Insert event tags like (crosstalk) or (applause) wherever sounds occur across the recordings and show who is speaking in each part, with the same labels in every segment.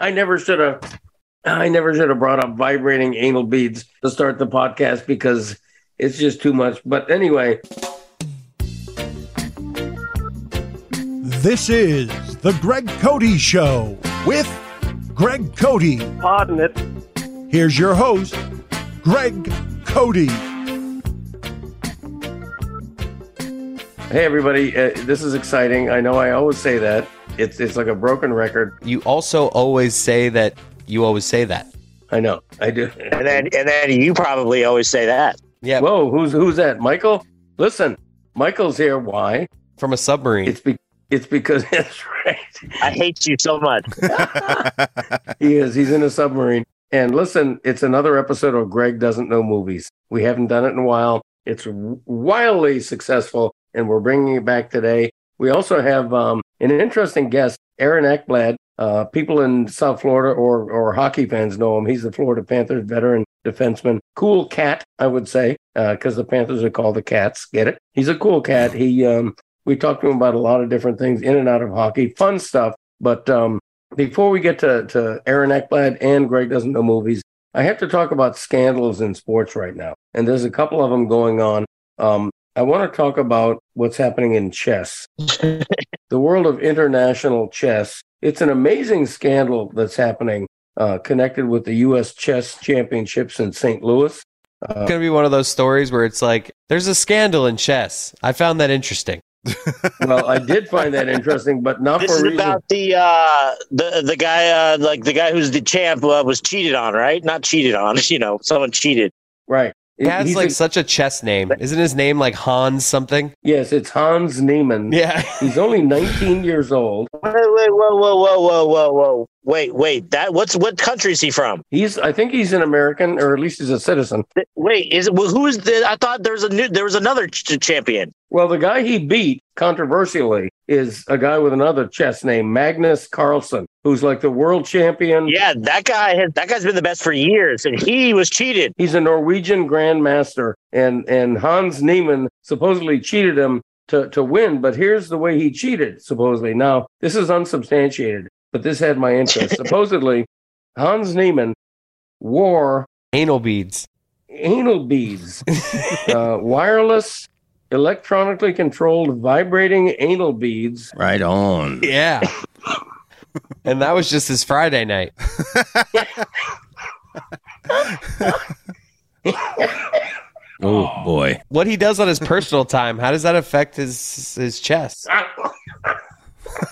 Speaker 1: I never should have. I never should have brought up vibrating anal beads to start the podcast because it's just too much. But anyway,
Speaker 2: This is The Greg Cody Show with Greg Cody.
Speaker 3: Pardon it.
Speaker 2: Here's your host, Greg Cody.
Speaker 1: hey everybody, uh, this is exciting. I know I always say that. It's it's like a broken record.
Speaker 4: You also always say that you always say that.
Speaker 1: I know. I do.
Speaker 3: And then and then you probably always say that.
Speaker 4: Yeah,
Speaker 1: Whoa, who's who's that? Michael? Listen, Michael's here. Why?
Speaker 4: from a submarine.
Speaker 1: It's be, it's because (laughs) that's right.
Speaker 3: I hate you so much.
Speaker 1: (laughs) He is. He's in a submarine. And listen, it's another episode of Greg Doesn't Know Movies. We haven't done it in a while. It's wildly successful, and we're bringing it back today. We also have um, an interesting guest, Aaron Eckblad. Uh, people in South Florida or, or hockey fans know him. He's the Florida Panthers veteran defenseman. Cool cat, I would say, because the Panthers are called the Cats. Get it? He's a cool cat. He um, We talked to him about a lot of different things in and out of hockey, fun stuff. But um, before we get to, to Aaron Eckblad and Greg Doesn't Know Movies, I have to talk about scandals in sports right now. And there's a couple of them going on. Um, I want to talk about what's happening in chess, the world of international chess. It's an amazing scandal that's happening uh, connected with the U.S. Chess Championships in St. Louis. Uh,
Speaker 4: It's gonna be one of those stories where it's like, there's a scandal in chess. I found that interesting.
Speaker 1: well, I did find that interesting, but not
Speaker 3: This
Speaker 1: for
Speaker 3: is
Speaker 1: reasons.
Speaker 3: about the uh, the the guy uh, like the guy who's the champ uh, was cheated on, right? Not cheated on, (laughs) you know, someone cheated.
Speaker 1: right.
Speaker 4: He has
Speaker 1: He's
Speaker 4: like
Speaker 1: a-
Speaker 4: such a chess name. Isn't his name like Hans something?
Speaker 1: yes, it's Hans Niemann.
Speaker 4: Yeah.
Speaker 1: He's only 19 years old.
Speaker 3: Wait, wait, whoa, whoa, whoa, whoa, whoa, whoa! Wait, wait. That what's what country is he from?
Speaker 1: He's, I think he's an American, or at least he's a citizen.
Speaker 3: Th- Wait, is well, who is the? I thought there was a new, there was another ch- champion.
Speaker 1: Well, the guy he beat controversially is a guy with another chess name, Magnus Carlsen, who's like the world champion.
Speaker 3: Yeah, that guy has that guy's been the best for years, and he was cheated.
Speaker 1: He's a Norwegian grandmaster, and and Hans Niemann supposedly cheated him to to win. But here's the way he cheated. Supposedly, now this is unsubstantiated, but this had my interest. supposedly, Hans Niemann wore
Speaker 4: Anal beads.
Speaker 1: anal beads, uh, wireless, electronically controlled, vibrating anal beads.
Speaker 5: Right on.
Speaker 4: Yeah. and that was just his Friday night.
Speaker 5: Oh boy.
Speaker 4: What he does on his personal time, how does that affect his his chess?
Speaker 6: (laughs)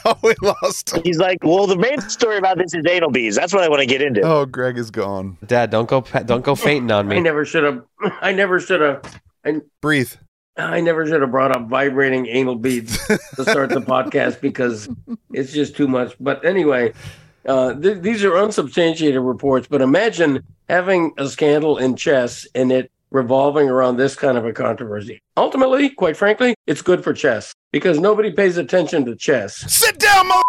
Speaker 6: Oh, we lost. him.
Speaker 3: He's like, well, the main story about this is anal bees. That's what I want to get into.
Speaker 6: Oh, Greg is gone.
Speaker 4: Dad, don't go pa- don't go fainting on
Speaker 1: I
Speaker 4: me.
Speaker 1: never should have. (laughs) I never should have.
Speaker 6: Breathe.
Speaker 1: I never should have brought up vibrating anal beads to start the podcast because it's just too much. But anyway, uh, th- these are unsubstantiated reports. But imagine having a scandal in chess and it revolving around this kind of a controversy. Ultimately, quite frankly, it's good for chess because nobody pays attention to chess.
Speaker 6: Sit down, mo.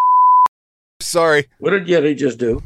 Speaker 6: Sorry.
Speaker 1: What did Yeti just do?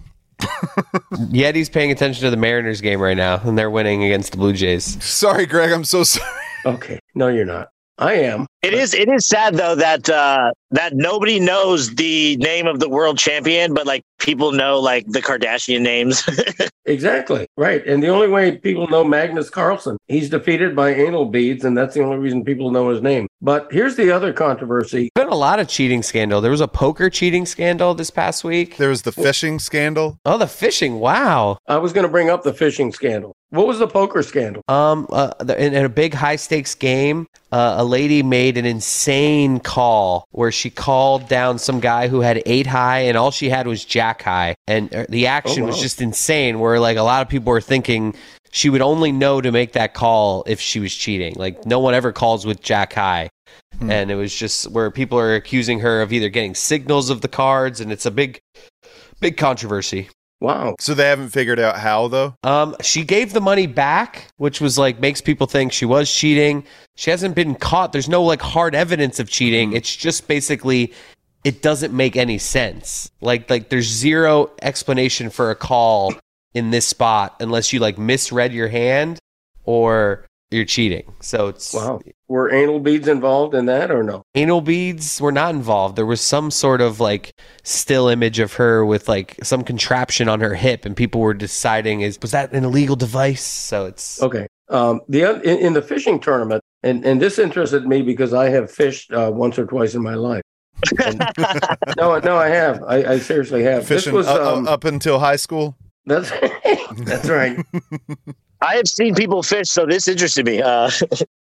Speaker 4: Yet he's paying attention to the Mariners game right now, and they're winning against the Blue Jays.
Speaker 6: Sorry, Greg. I'm so sorry.
Speaker 1: Okay, no, you're not. I am.
Speaker 3: It is it is sad though that uh, that nobody knows the name of the world champion, but like people know like the Kardashian names. (laughs)
Speaker 1: Exactly. Right. And the only way people know Magnus Carlsen, he's defeated by anal beads, and that's the only reason people know his name. But here's the other controversy.
Speaker 4: There's been a lot of cheating scandal. There was a poker cheating scandal this past week.
Speaker 6: There was the fishing scandal.
Speaker 4: Oh, the fishing! Wow.
Speaker 1: I was going to bring up the fishing scandal. What was the poker scandal?
Speaker 4: Um, uh, the- in, in a big high stakes game, uh, a lady made an insane call where she called down some guy who had eight high, and all she had was jack high, and uh, the action
Speaker 1: Oh,
Speaker 4: was
Speaker 1: wow.
Speaker 4: just insane. Where like a lot of people were thinking she would only know to make that call if she was cheating. Like no one ever calls with jack high.
Speaker 6: Hmm.
Speaker 4: And it was just where people are accusing her of either getting signals of the cards, and it's a big, big controversy.
Speaker 1: Wow.
Speaker 6: So they haven't figured out how though. (laughs)
Speaker 4: Um, she gave the money back, which was like makes people think she was cheating. She hasn't been caught. There's no like hard evidence of cheating. It's just basically it doesn't make any sense. Like like there's zero explanation for a call in this spot unless you like misread your hand or you're cheating. So it's
Speaker 1: Wow. Were anal beads involved in that or no?
Speaker 4: anal beads were not involved. There was some sort of like still image of her with like some contraption on her hip, and people were deciding is was that an illegal device? So it's
Speaker 1: Okay. Um, the oth- in, in the fishing tournament, and, and this interested me because I have fished uh, once or twice in my life. And- (laughs) no, no, I have. I, I seriously have.
Speaker 6: Fishing Uh,
Speaker 1: this was
Speaker 6: u- u-
Speaker 1: um,
Speaker 6: up until high school.
Speaker 1: that's (laughs)
Speaker 6: (laughs)
Speaker 1: that's right.
Speaker 3: I have seen people fish, so this interested me. Uh,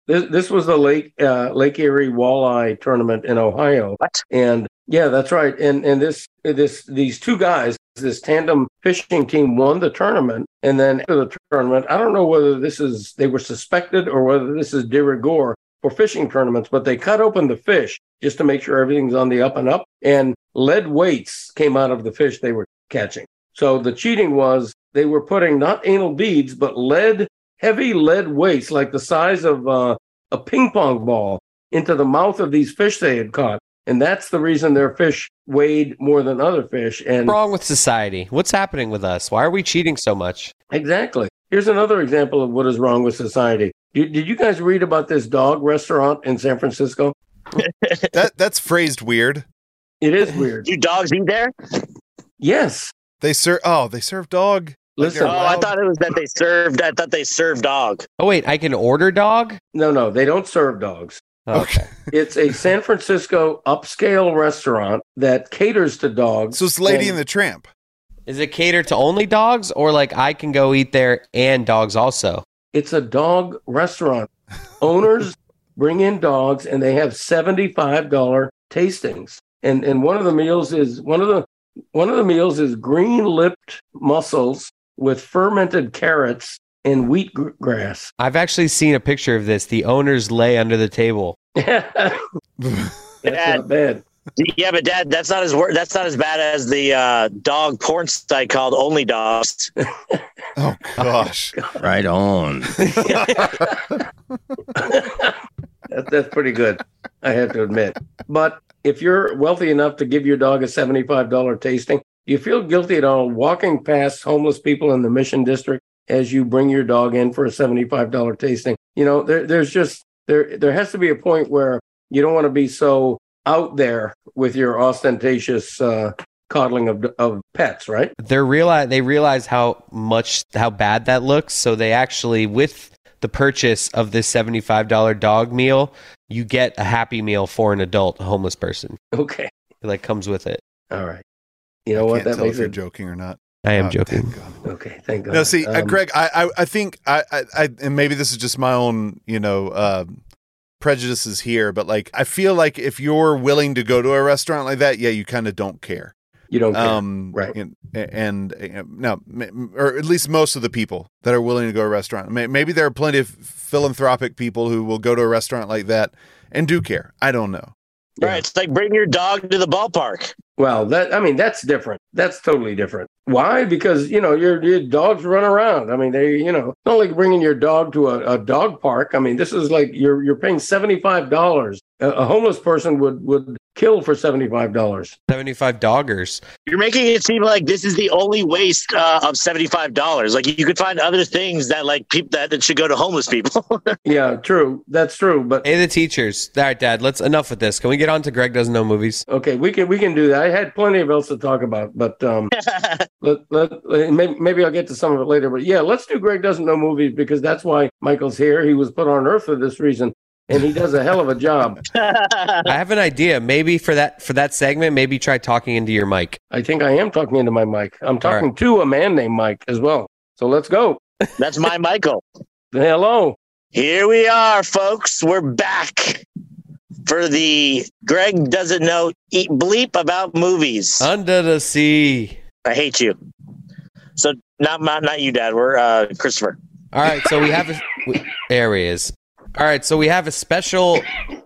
Speaker 1: This, this was the Lake uh, Lake Erie Walleye Tournament in Ohio.
Speaker 3: What?
Speaker 1: And yeah, that's right. And and this this these two guys, this tandem fishing team, won the tournament. And then after the tournament, I don't know whether this is they were suspected or whether this is de rigueur for fishing tournaments, but they cut open the fish just to make sure everything's on the up and up. And lead weights came out of the fish they were catching. So the cheating was they were putting not anal beads, but lead heavy lead weights like the size of uh, a ping pong ball into the mouth of these fish they had caught. And that's the reason their fish weighed more than other fish. And
Speaker 4: what's wrong with society? What's happening with us? Why are we cheating so much?
Speaker 1: exactly. Here's another example of what is wrong with society. You, did you guys read about this dog restaurant in San Francisco?
Speaker 6: That that's phrased weird.
Speaker 1: It is
Speaker 3: (laughs)
Speaker 1: weird.
Speaker 3: do dogs eat there?
Speaker 1: Yes.
Speaker 6: They serve. Oh, they serve dog.
Speaker 1: Listen,
Speaker 3: Oh,
Speaker 6: They're
Speaker 3: I
Speaker 6: loud.
Speaker 3: thought it was that they served. I thought they served dog.
Speaker 4: Oh wait, I can order dog. Oh,
Speaker 1: no, no, they don't serve dogs.
Speaker 4: Okay.
Speaker 1: It's a San Francisco upscale restaurant that caters to dogs.
Speaker 6: So it's Lady in
Speaker 1: And-
Speaker 6: the Tramp. (laughs)
Speaker 4: Is it catered to only dogs, or like I can go eat there and dogs also?
Speaker 1: It's a dog restaurant.
Speaker 6: (laughs)
Speaker 1: Owners bring in dogs and they have $75 tastings. And and one of the meals is one of the one of the meals is green-lipped mussels with fermented carrots and wheat gr- grass. (laughs)
Speaker 4: I've actually seen a picture of this. The owners lay under the table.
Speaker 1: That's not bad.
Speaker 3: Yeah, but Dad, that's not as wor- that's not as bad as the uh, dog porn site called Only Dogs.
Speaker 6: Oh gosh.
Speaker 5: Right on.
Speaker 1: That, that's pretty good, I have to admit. But if you're wealthy enough to give your dog a $75 tasting, do you feel guilty at all walking past homeless people in the Mission District as you bring your dog in for a $75 tasting? You know, there, there's just there there has to be a point where you don't want to be so out there with your ostentatious uh, coddling of of pets, right? (laughs)
Speaker 4: They're realize they realize how much how bad that looks, so they actually with the purchase of this seventy five dollar dog meal, you get a happy meal for an adult homeless person.
Speaker 1: Okay,
Speaker 4: It like comes with it.
Speaker 1: all right. You know
Speaker 6: I
Speaker 1: what?
Speaker 6: can't
Speaker 1: That
Speaker 6: tell if
Speaker 1: makes
Speaker 6: you're
Speaker 1: it
Speaker 6: joking or not.
Speaker 4: I am
Speaker 6: Oh,
Speaker 4: joking.
Speaker 6: thank God.
Speaker 1: okay. Thank God.
Speaker 6: No, see, uh,
Speaker 1: Um,
Speaker 6: Greg, I, I, I think I, I, I, and maybe this is just my own, you know, uh, prejudices here, but like, I feel like if you're willing to go to a restaurant like that, yeah, you kind of don't care.
Speaker 1: you don't care.
Speaker 6: Um,
Speaker 1: Right.
Speaker 6: And, and, and no, m- or at least most of the people that are willing to go to a restaurant. May- Maybe there are plenty of philanthropic people who will go to a restaurant like that and do care. I don't know.
Speaker 1: Yeah.
Speaker 3: Right? It's like bring your dog to the ballpark.
Speaker 1: Well, that I mean, that's different. That's totally different. Why? Because you know your your dogs run around. I mean, they you know it's not like bringing your dog to a, a dog park. I mean, this is like you're you're paying seventy five dollars. A, a homeless person would would kill for seventy five dollars.
Speaker 4: Seventy five doggers.
Speaker 3: You're making it seem like this is the only waste uh, of seventy five dollars. Like you could find other things that like people that, that should go to homeless people. (laughs)
Speaker 1: Yeah, true. That's true. But
Speaker 4: Hey the teachers. All right, Dad, let's enough with this. Can we get on to Greg doesn't know movies?
Speaker 1: okay, we can we can do that. I had plenty of else to talk about, but um, let, let, let- maybe, maybe I'll get to some of it later. But yeah, let's do Greg Doesn't Know Movies because that's why Michael's here. He was put on Earth for this reason, and he does a hell of a job.
Speaker 4: I have an idea. Maybe for that for that segment, maybe try talking into your mic.
Speaker 1: I think I am talking into my mic. I'm
Speaker 4: right.
Speaker 1: talking to a man named Mike as well. So let's go.
Speaker 3: that's my Michael.
Speaker 1: Hello.
Speaker 3: Here we are, folks. We're back for the Greg doesn't know eat bleep about movies.
Speaker 4: Under the sea.
Speaker 3: I hate you. So not not, not you, Dad. We're uh, Christopher.
Speaker 4: All right, so we have a we, there he is. All right, so we have a special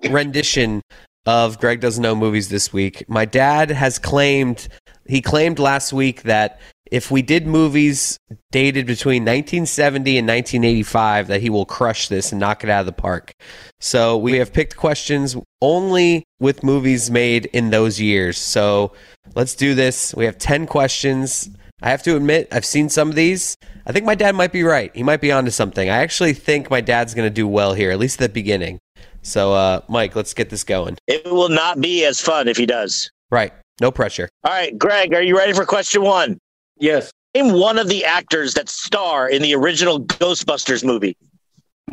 Speaker 4: rendition of Greg doesn't know movies this week. My dad has claimed he claimed last week that if we did movies dated between 1970 and 1985 that he will crush this and knock it out of the park. So we have picked questions only with movies made in those years. So let's do this. We have 10 questions. I have to admit, I've seen some of these. I think my dad might be right. He might be onto something. I actually think my dad's going to do well here, at least at the beginning. So, uh, Mike, let's get this going.
Speaker 3: It will not be as fun if he does.
Speaker 4: Right. No pressure.
Speaker 3: All right, Greg, are you ready for question one?
Speaker 1: Yes.
Speaker 3: Name one of the actors that star in the original Ghostbusters movie.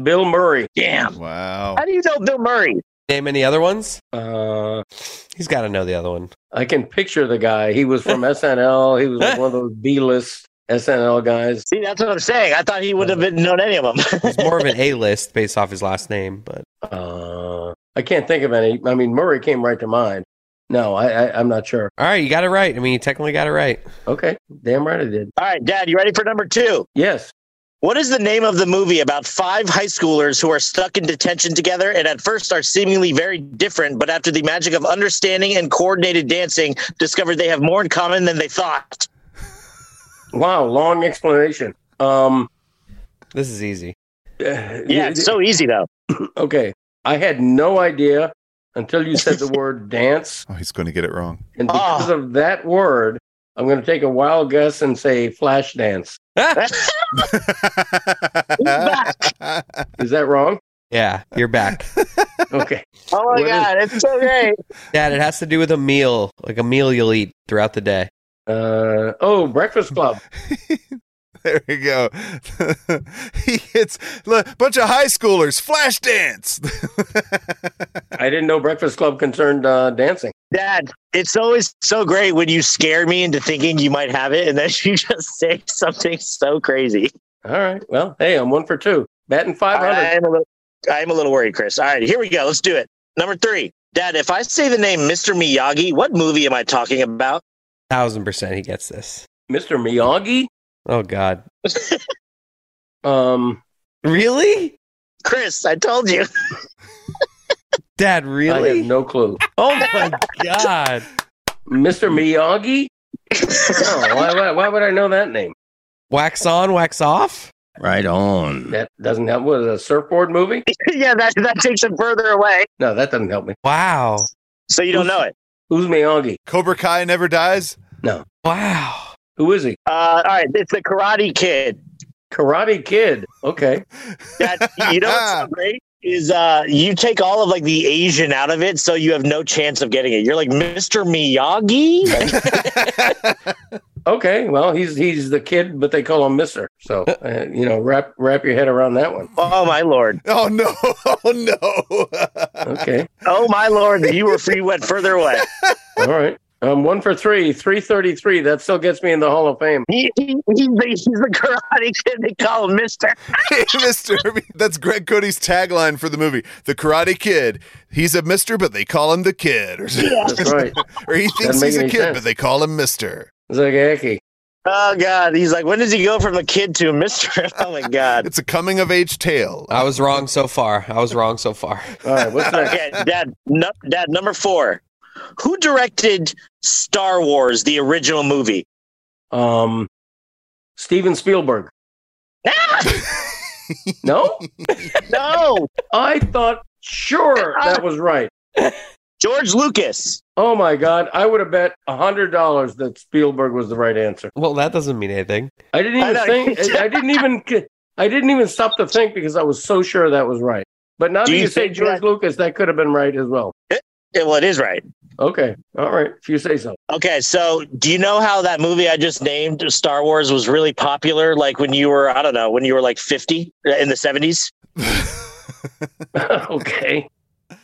Speaker 1: Bill Murray.
Speaker 3: Damn.
Speaker 6: Wow.
Speaker 3: How do you know Bill Murray?
Speaker 4: Name any other ones?
Speaker 1: Uh,
Speaker 4: He's got to know the other one.
Speaker 1: I can picture the guy. He was
Speaker 3: (laughs)
Speaker 1: from SNL. He was like one of those B list SNL guys.
Speaker 3: See, that's what I'm saying. I thought he would have been known any of them. (laughs)
Speaker 4: He's more of
Speaker 1: (laughs)
Speaker 4: an A list based off his last name, but
Speaker 1: Uh, I can't think of any. I mean, Murray came right to mind. No, I, I, I'm not sure.
Speaker 4: all right, you got it right. I mean, you technically got it right.
Speaker 1: Okay. Damn right I did.
Speaker 3: All right, Dad, you ready for number two?
Speaker 1: Yes.
Speaker 3: What is the name of the movie about five high schoolers who are stuck in detention together and at first are seemingly very different, but after the magic of understanding and coordinated dancing, discover they have more in common than they thought?
Speaker 1: Wow. Long explanation. Um, (sighs)
Speaker 4: This is easy.
Speaker 3: Yeah, it's so easy though. (laughs)
Speaker 1: okay. I had no idea until you
Speaker 3: (laughs)
Speaker 1: said the word dance.
Speaker 6: Oh, he's going to get it wrong.
Speaker 1: And because
Speaker 3: Ah.
Speaker 1: of that word, I'm going to take a wild guess and say flash dance.
Speaker 3: Oh
Speaker 4: Ah!
Speaker 6: (laughs)
Speaker 1: Is that wrong?
Speaker 4: Yeah, you're back.
Speaker 1: Okay.
Speaker 3: Oh
Speaker 1: What is-
Speaker 3: it's so great.
Speaker 4: Dad, it has to do with a meal, like a meal you'll eat throughout the day.
Speaker 1: Uh, oh, Breakfast Club.
Speaker 6: (laughs) There we go. he hits a bunch of high schoolers flash dance. (laughs)
Speaker 1: I didn't know Breakfast Club concerned uh, dancing.
Speaker 3: Dad, it's always so great when you scare me into thinking you might have it and then (laughs) you just say something so crazy.
Speaker 1: All right. Well, hey, I'm one for two. Batting
Speaker 3: I,
Speaker 1: 500.
Speaker 3: I am a little, I am a little worried, Chris. All right, here we go. Let's do it. Number three. Dad, if I say the name Mr. Miyagi, what movie am I talking about?
Speaker 4: Thousand percent, he gets this.
Speaker 1: Mr. Miyagi.
Speaker 4: Oh God,
Speaker 1: Um,
Speaker 4: really?
Speaker 3: Chris, I told you. (laughs)
Speaker 4: Dad,
Speaker 1: I
Speaker 4: really?
Speaker 1: have no clue.
Speaker 4: oh my God!
Speaker 1: Mr. Miyagi? No, why, why, why would I know that name?
Speaker 4: Wax on, wax off.
Speaker 5: Right on.
Speaker 1: That doesn't help. Was a surfboard movie?
Speaker 3: yeah, that, that takes it further away.
Speaker 1: No, that doesn't help me.
Speaker 4: Wow,
Speaker 3: So you don't know it.
Speaker 1: Who's Miyagi?
Speaker 6: Cobra Kai never dies.
Speaker 4: wow.
Speaker 1: Who is he?
Speaker 3: Uh, all right, it's the Karate Kid.
Speaker 1: Karate Kid. Okay.
Speaker 3: That you know what's so great is uh, you take all of like the Asian out of it, so you have no chance of getting it. You're like Mr. Miyagi. Like,
Speaker 1: Okay, well, he's he's the kid, but they call him Mister. So uh, you know, wrap wrap your head around that one.
Speaker 3: oh my lord!
Speaker 6: oh no! (laughs) Oh no! (laughs)
Speaker 1: Okay,
Speaker 3: Oh my lord! that You were free went further away.
Speaker 1: all right. Um, one for three, three thirty three. That still gets me in the Hall of Fame.
Speaker 3: He, he, he's, the, he's the Karate Kid. They call him Mister.
Speaker 6: Mister, that's Greg Cody's tagline for the movie, The Karate Kid. He's a Mister, but they call him the Kid, (laughs) or,
Speaker 1: That's right.
Speaker 6: or he
Speaker 1: Doesn't
Speaker 6: thinks
Speaker 1: make
Speaker 6: he's a
Speaker 1: any
Speaker 6: kid,
Speaker 1: sense.
Speaker 6: but they call him Mister.
Speaker 1: Zagacki.
Speaker 3: Oh god! He's like, when does he go from a kid to a Mister? (laughs) Oh my god!
Speaker 6: It's a coming of age tale.
Speaker 1: Uh,
Speaker 4: I was wrong so far. I was wrong so far.
Speaker 1: All right, what's
Speaker 3: (laughs)
Speaker 1: next?
Speaker 3: Okay, Dad. No, Dad, number four. Who directed Star Wars, the original movie?
Speaker 1: Um, Steven Spielberg.
Speaker 3: Ah,
Speaker 1: No,
Speaker 3: no,
Speaker 1: I thought sure that was right.
Speaker 3: George Lucas.
Speaker 1: Oh my God, I would have bet a hundred dollars that Spielberg was the right answer.
Speaker 4: (laughs) Well, that doesn't mean anything.
Speaker 1: I didn't
Speaker 3: I
Speaker 1: even
Speaker 3: know.
Speaker 1: think. I, I didn't
Speaker 3: (laughs)
Speaker 1: even. I didn't even stop to think because I was so sure that was right. But now
Speaker 3: Do
Speaker 1: that you,
Speaker 3: you
Speaker 1: say
Speaker 3: think
Speaker 1: George Lucas, that could have been right as well.
Speaker 3: Yeah, well, it is right.
Speaker 1: Okay, all right. If you say so. (laughs)
Speaker 3: Okay, so do you know how that movie I just named, Star Wars, was really popular? Like when you were, I don't know, when you were like 50 uh, in the 70s?
Speaker 1: okay,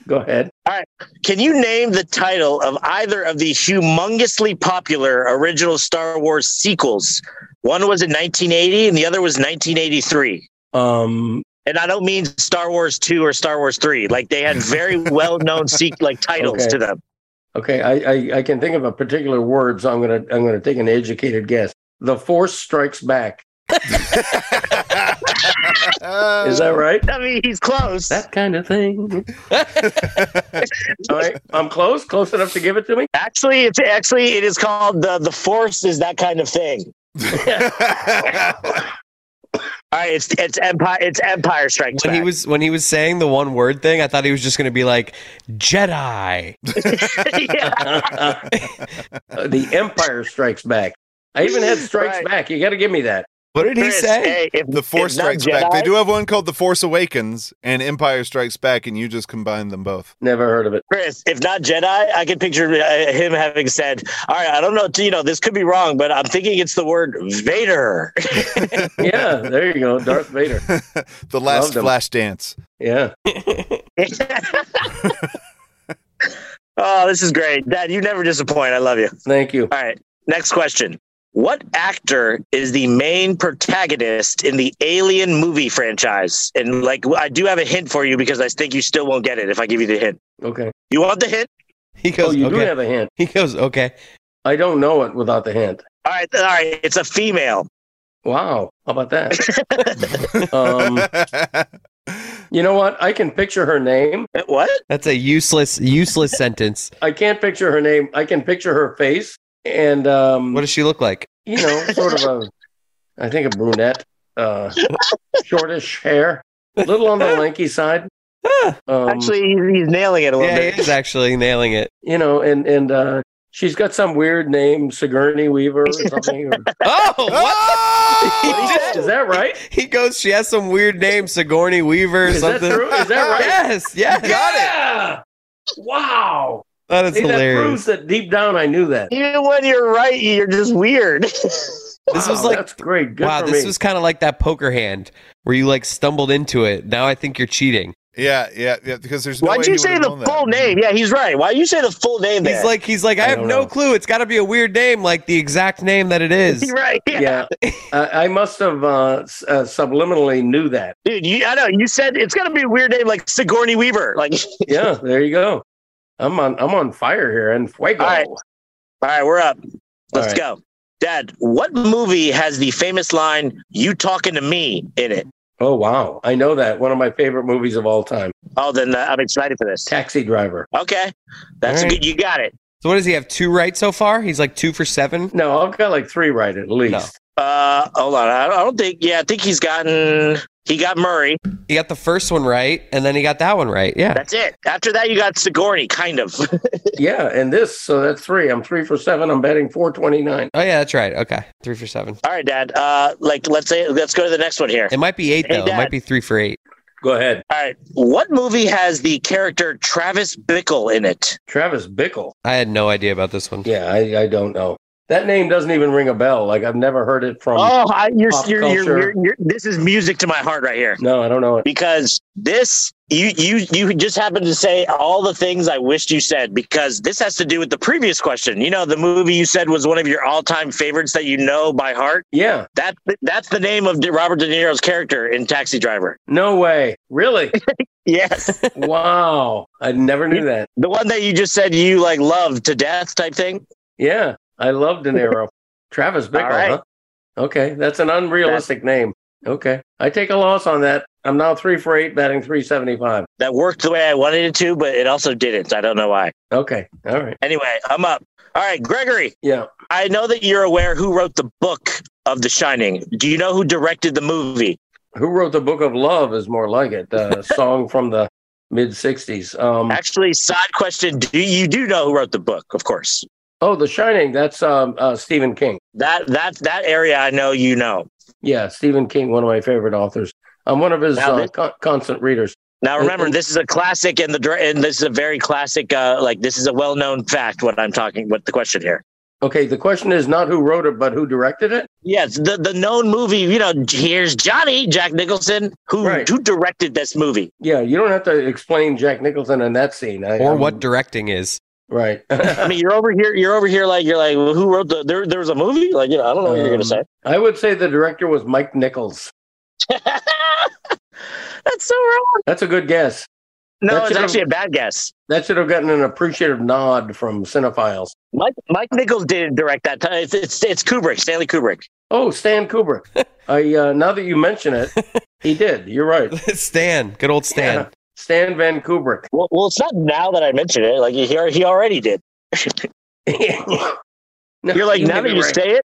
Speaker 1: go ahead.
Speaker 3: Can you name the title of either of the humongously popular original Star Wars sequels? One was in 1980 and the other was 1983.
Speaker 1: Um,
Speaker 3: And I don't mean Star Wars 2 or Star Wars 3. Like they had very well known se- like titles
Speaker 1: Okay.
Speaker 3: to them.
Speaker 1: okay, I, I I can think of a particular word, so I'm gonna I'm gonna take an educated guess. The Force Strikes Back.
Speaker 6: Uh,
Speaker 1: Is that right?
Speaker 3: I mean, he's close.
Speaker 1: That kind of thing. All right, I'm close, close enough to give it to me.
Speaker 3: Actually, it's actually it is called uh, the the force is that kind of thing.
Speaker 6: (laughs)
Speaker 1: (laughs)
Speaker 3: All right, it's it's empire it's Empire Strikes
Speaker 4: When he
Speaker 3: Back.
Speaker 4: was when he was saying the one word thing, I thought he was just going to be like Jedi.
Speaker 3: (laughs)
Speaker 4: (laughs)
Speaker 3: yeah.
Speaker 1: Uh, the Empire Strikes Back. I even had Strikes
Speaker 3: Right.
Speaker 1: Back. You got to give me that.
Speaker 4: What did he
Speaker 3: Chris,
Speaker 4: say?
Speaker 3: hey, if,
Speaker 6: The Force
Speaker 3: if not
Speaker 6: Strikes Back.
Speaker 3: Jedi-
Speaker 6: They do have one called The Force Awakens and Empire Strikes Back, and you just combined them both. (laughs)
Speaker 1: Never heard of it.
Speaker 3: Chris, if not Jedi, I can picture uh, him having said, "All right, I don't know, you know, this could be wrong, but I'm thinking it's the word Vader." (laughs)
Speaker 1: Yeah, there you go. Darth Vader.
Speaker 6: the last
Speaker 1: Loved 'em.
Speaker 6: flash dance.
Speaker 1: Yeah.
Speaker 3: oh, this is great, Dad. You never disappoint. I love you.
Speaker 1: Thank you.
Speaker 3: All right, next question. What actor is the main protagonist in the Alien movie franchise? And like, I do have a hint for you because I think you still won't get it if I give you the hint.
Speaker 1: Okay.
Speaker 3: You want the hint?
Speaker 4: He
Speaker 1: Oh,
Speaker 4: goes,
Speaker 1: you do
Speaker 4: okay.
Speaker 1: have a hint.
Speaker 4: He goes, okay.
Speaker 1: I don't know it without the hint.
Speaker 3: All right, all right. It's a female.
Speaker 1: Wow. How about that?
Speaker 6: (laughs)
Speaker 1: um, you know what? I can picture her name.
Speaker 3: Eh, What?
Speaker 4: That's a useless, useless (laughs) sentence.
Speaker 1: I can't picture her name. I can picture her face and, um,
Speaker 4: What does she look like?
Speaker 1: you know, sort of a, I think a brunette, uh, shortish hair, a little on the lanky side.
Speaker 4: Ah,
Speaker 1: Um,
Speaker 3: Actually, he's, he's nailing it a little
Speaker 4: yeah,
Speaker 3: bit.
Speaker 4: he is actually nailing it. (laughs)
Speaker 1: you know, and, and, uh, she's got some weird name, Sigourney Weaver or something. or-
Speaker 4: Oh, what? He just-
Speaker 1: Is that right?
Speaker 4: He goes, she has some weird name, Sigourney Weaver or
Speaker 1: Is that
Speaker 4: something.
Speaker 1: true? Is that right?
Speaker 4: (laughs) Yes, yes.
Speaker 1: yeah! Wow.
Speaker 4: That is
Speaker 1: See, that
Speaker 4: hilarious.
Speaker 1: proves that deep down I knew that.
Speaker 3: Even when you're right, you're just weird. (laughs)
Speaker 4: This
Speaker 1: Wow,
Speaker 4: was like
Speaker 1: that's great. Good
Speaker 4: wow,
Speaker 1: for
Speaker 4: this
Speaker 1: me.
Speaker 4: was kind of like that poker hand where you like stumbled into it. Now I think you're cheating.
Speaker 6: (laughs) yeah, yeah, yeah. Because there's no
Speaker 3: Why'd
Speaker 6: way
Speaker 3: you
Speaker 6: he
Speaker 3: say
Speaker 6: would've
Speaker 3: the
Speaker 6: known that.
Speaker 3: full name? Yeah, he's right. Why'd you say the full name
Speaker 4: (laughs)
Speaker 3: there?
Speaker 4: He's like, he's like, I,
Speaker 1: I
Speaker 4: have
Speaker 1: don't
Speaker 4: no
Speaker 1: know.
Speaker 4: clue. It's got to be a weird name, like the exact name that it
Speaker 3: (laughs)
Speaker 4: is.
Speaker 3: (laughs) You're right. Yeah.
Speaker 1: (laughs)
Speaker 4: (laughs)
Speaker 1: yeah. I, I must have uh, s- uh, subliminally knew that.
Speaker 3: Dude, you, I know. You said it's going to be a weird name like Sigourney Weaver. Like, (laughs)
Speaker 1: Yeah, there you go. I'm on I'm on fire here and fuego.
Speaker 3: All right. all right, we're up. Let's
Speaker 1: right.
Speaker 3: go. Dad, what movie has the famous line, you talking to me, in it?
Speaker 1: Oh wow. I know that. One of my favorite movies of all time.
Speaker 3: Oh, then uh, I'm excited for this.
Speaker 1: Taxi Driver.
Speaker 3: Okay. That's
Speaker 4: All right.
Speaker 3: good. You got it.
Speaker 4: So what does he have? Two right so far? He's like two for seven.
Speaker 1: No, I've got like three right at least.
Speaker 3: Uh, hold on. I I don't think, yeah, I think he's gotten, he got Murray.
Speaker 4: He got the first one right, and then he got that one right. Yeah.
Speaker 3: That's it. After that, you got Sigourney, kind of. (laughs)
Speaker 1: Yeah, and this, so that's three. I'm three for seven. I'm batting four twenty nine.
Speaker 4: Oh yeah, that's right. Okay, three for seven.
Speaker 3: All right, Dad. Uh, like, let's say, let's go to the next one here.
Speaker 4: It might be eight
Speaker 3: Hey,
Speaker 4: though. It
Speaker 3: Dad.
Speaker 4: might be three for eight.
Speaker 1: Go ahead.
Speaker 3: All right. What movie has the character Travis Bickle in it?
Speaker 1: Travis Bickle.
Speaker 4: I had no idea about this one.
Speaker 1: Yeah, I, I don't know. That name doesn't even ring a bell. Like I've never heard it from.
Speaker 3: Oh, I, you're,
Speaker 1: pop
Speaker 3: you're, you're,
Speaker 1: culture.
Speaker 3: you're, you're, this is music to my heart right here
Speaker 1: No, I don't know it.
Speaker 3: because this you you you just happened to say all the things I wished you said because this has to do with the previous question. You know, the movie you said was one of your all-time favorites that you know by heart.
Speaker 1: Yeah,
Speaker 3: That that's the name of Robert De Niro's character in Taxi Driver.
Speaker 1: no way. Really?
Speaker 3: (laughs) Yes,
Speaker 1: wow, I never knew that.
Speaker 3: the one that you just said you like love to death type thing.
Speaker 1: Yeah, I love De
Speaker 3: (laughs)
Speaker 1: Niro. Travis Bickle,
Speaker 3: All right.
Speaker 1: huh? Okay, that's an unrealistic name. Okay, I take a loss on that. I'm now three for eight, batting three seventy five.
Speaker 3: That worked the way I wanted it to, but it also didn't. I don't know why.
Speaker 1: Okay, all right.
Speaker 3: Anyway, I'm up. All right, Gregory.
Speaker 1: Yeah,
Speaker 3: I know that you're aware who wrote the book of The Shining. Do you know who directed the movie?
Speaker 1: who wrote the Book of Love is more like it.
Speaker 3: (laughs)
Speaker 1: The song from the mid '60s. Um,
Speaker 3: Actually, side question: Do you do know who wrote the book? Of course,
Speaker 1: oh, The Shining. That's um, uh, Stephen King.
Speaker 3: that that that area I know you know.
Speaker 1: Yeah, Stephen King, one of my favorite authors. I'm one of his
Speaker 3: Now
Speaker 1: uh,
Speaker 3: this-
Speaker 1: con- constant readers.
Speaker 3: Now
Speaker 1: And-
Speaker 3: remember,
Speaker 1: and-
Speaker 3: this is a classic, and the dir- and this is a very classic. Uh, like this is a well-known fact. What I'm talking, what the question here?
Speaker 1: Okay, the question is not who wrote it, but who directed it.
Speaker 3: Yes, the the known movie. You know, here's Johnny Jack Nicholson, who
Speaker 1: Right.
Speaker 3: who directed this movie.
Speaker 1: (laughs) Yeah, you don't have to explain Jack Nicholson in that scene. I,
Speaker 4: Or
Speaker 1: I'm-
Speaker 4: what directing is. (laughs)
Speaker 1: Right. (laughs)
Speaker 3: I mean, you're over here. You're over here. Like you're like, well, who wrote the? There, there was a movie. Like you know, I don't know what you're gonna
Speaker 1: Um,
Speaker 3: say. (laughs)
Speaker 1: I would say the director was Mike Nichols.
Speaker 3: That's so wrong.
Speaker 1: That's a good guess.
Speaker 3: No,
Speaker 1: That
Speaker 3: it's
Speaker 1: should've-
Speaker 3: actually a bad guess.
Speaker 1: That should have gotten an appreciative nod from cinephiles.
Speaker 3: Mike Mike Nichols didn't direct that. Time. It's, it's it's Kubrick, Stanley Kubrick.
Speaker 1: Oh, Stan
Speaker 3: (laughs)
Speaker 1: Kubrick. I uh, now that you mention it, he did. You're right.
Speaker 4: Stan, good old Stan.
Speaker 1: Yeah. (laughs) Stan Van Kubrick. (laughs)
Speaker 3: Well, well, it's not now that I mention it. Like he he already did.
Speaker 1: No,
Speaker 3: You're like
Speaker 1: you
Speaker 3: now
Speaker 1: may be
Speaker 3: that you
Speaker 1: right.
Speaker 3: say it.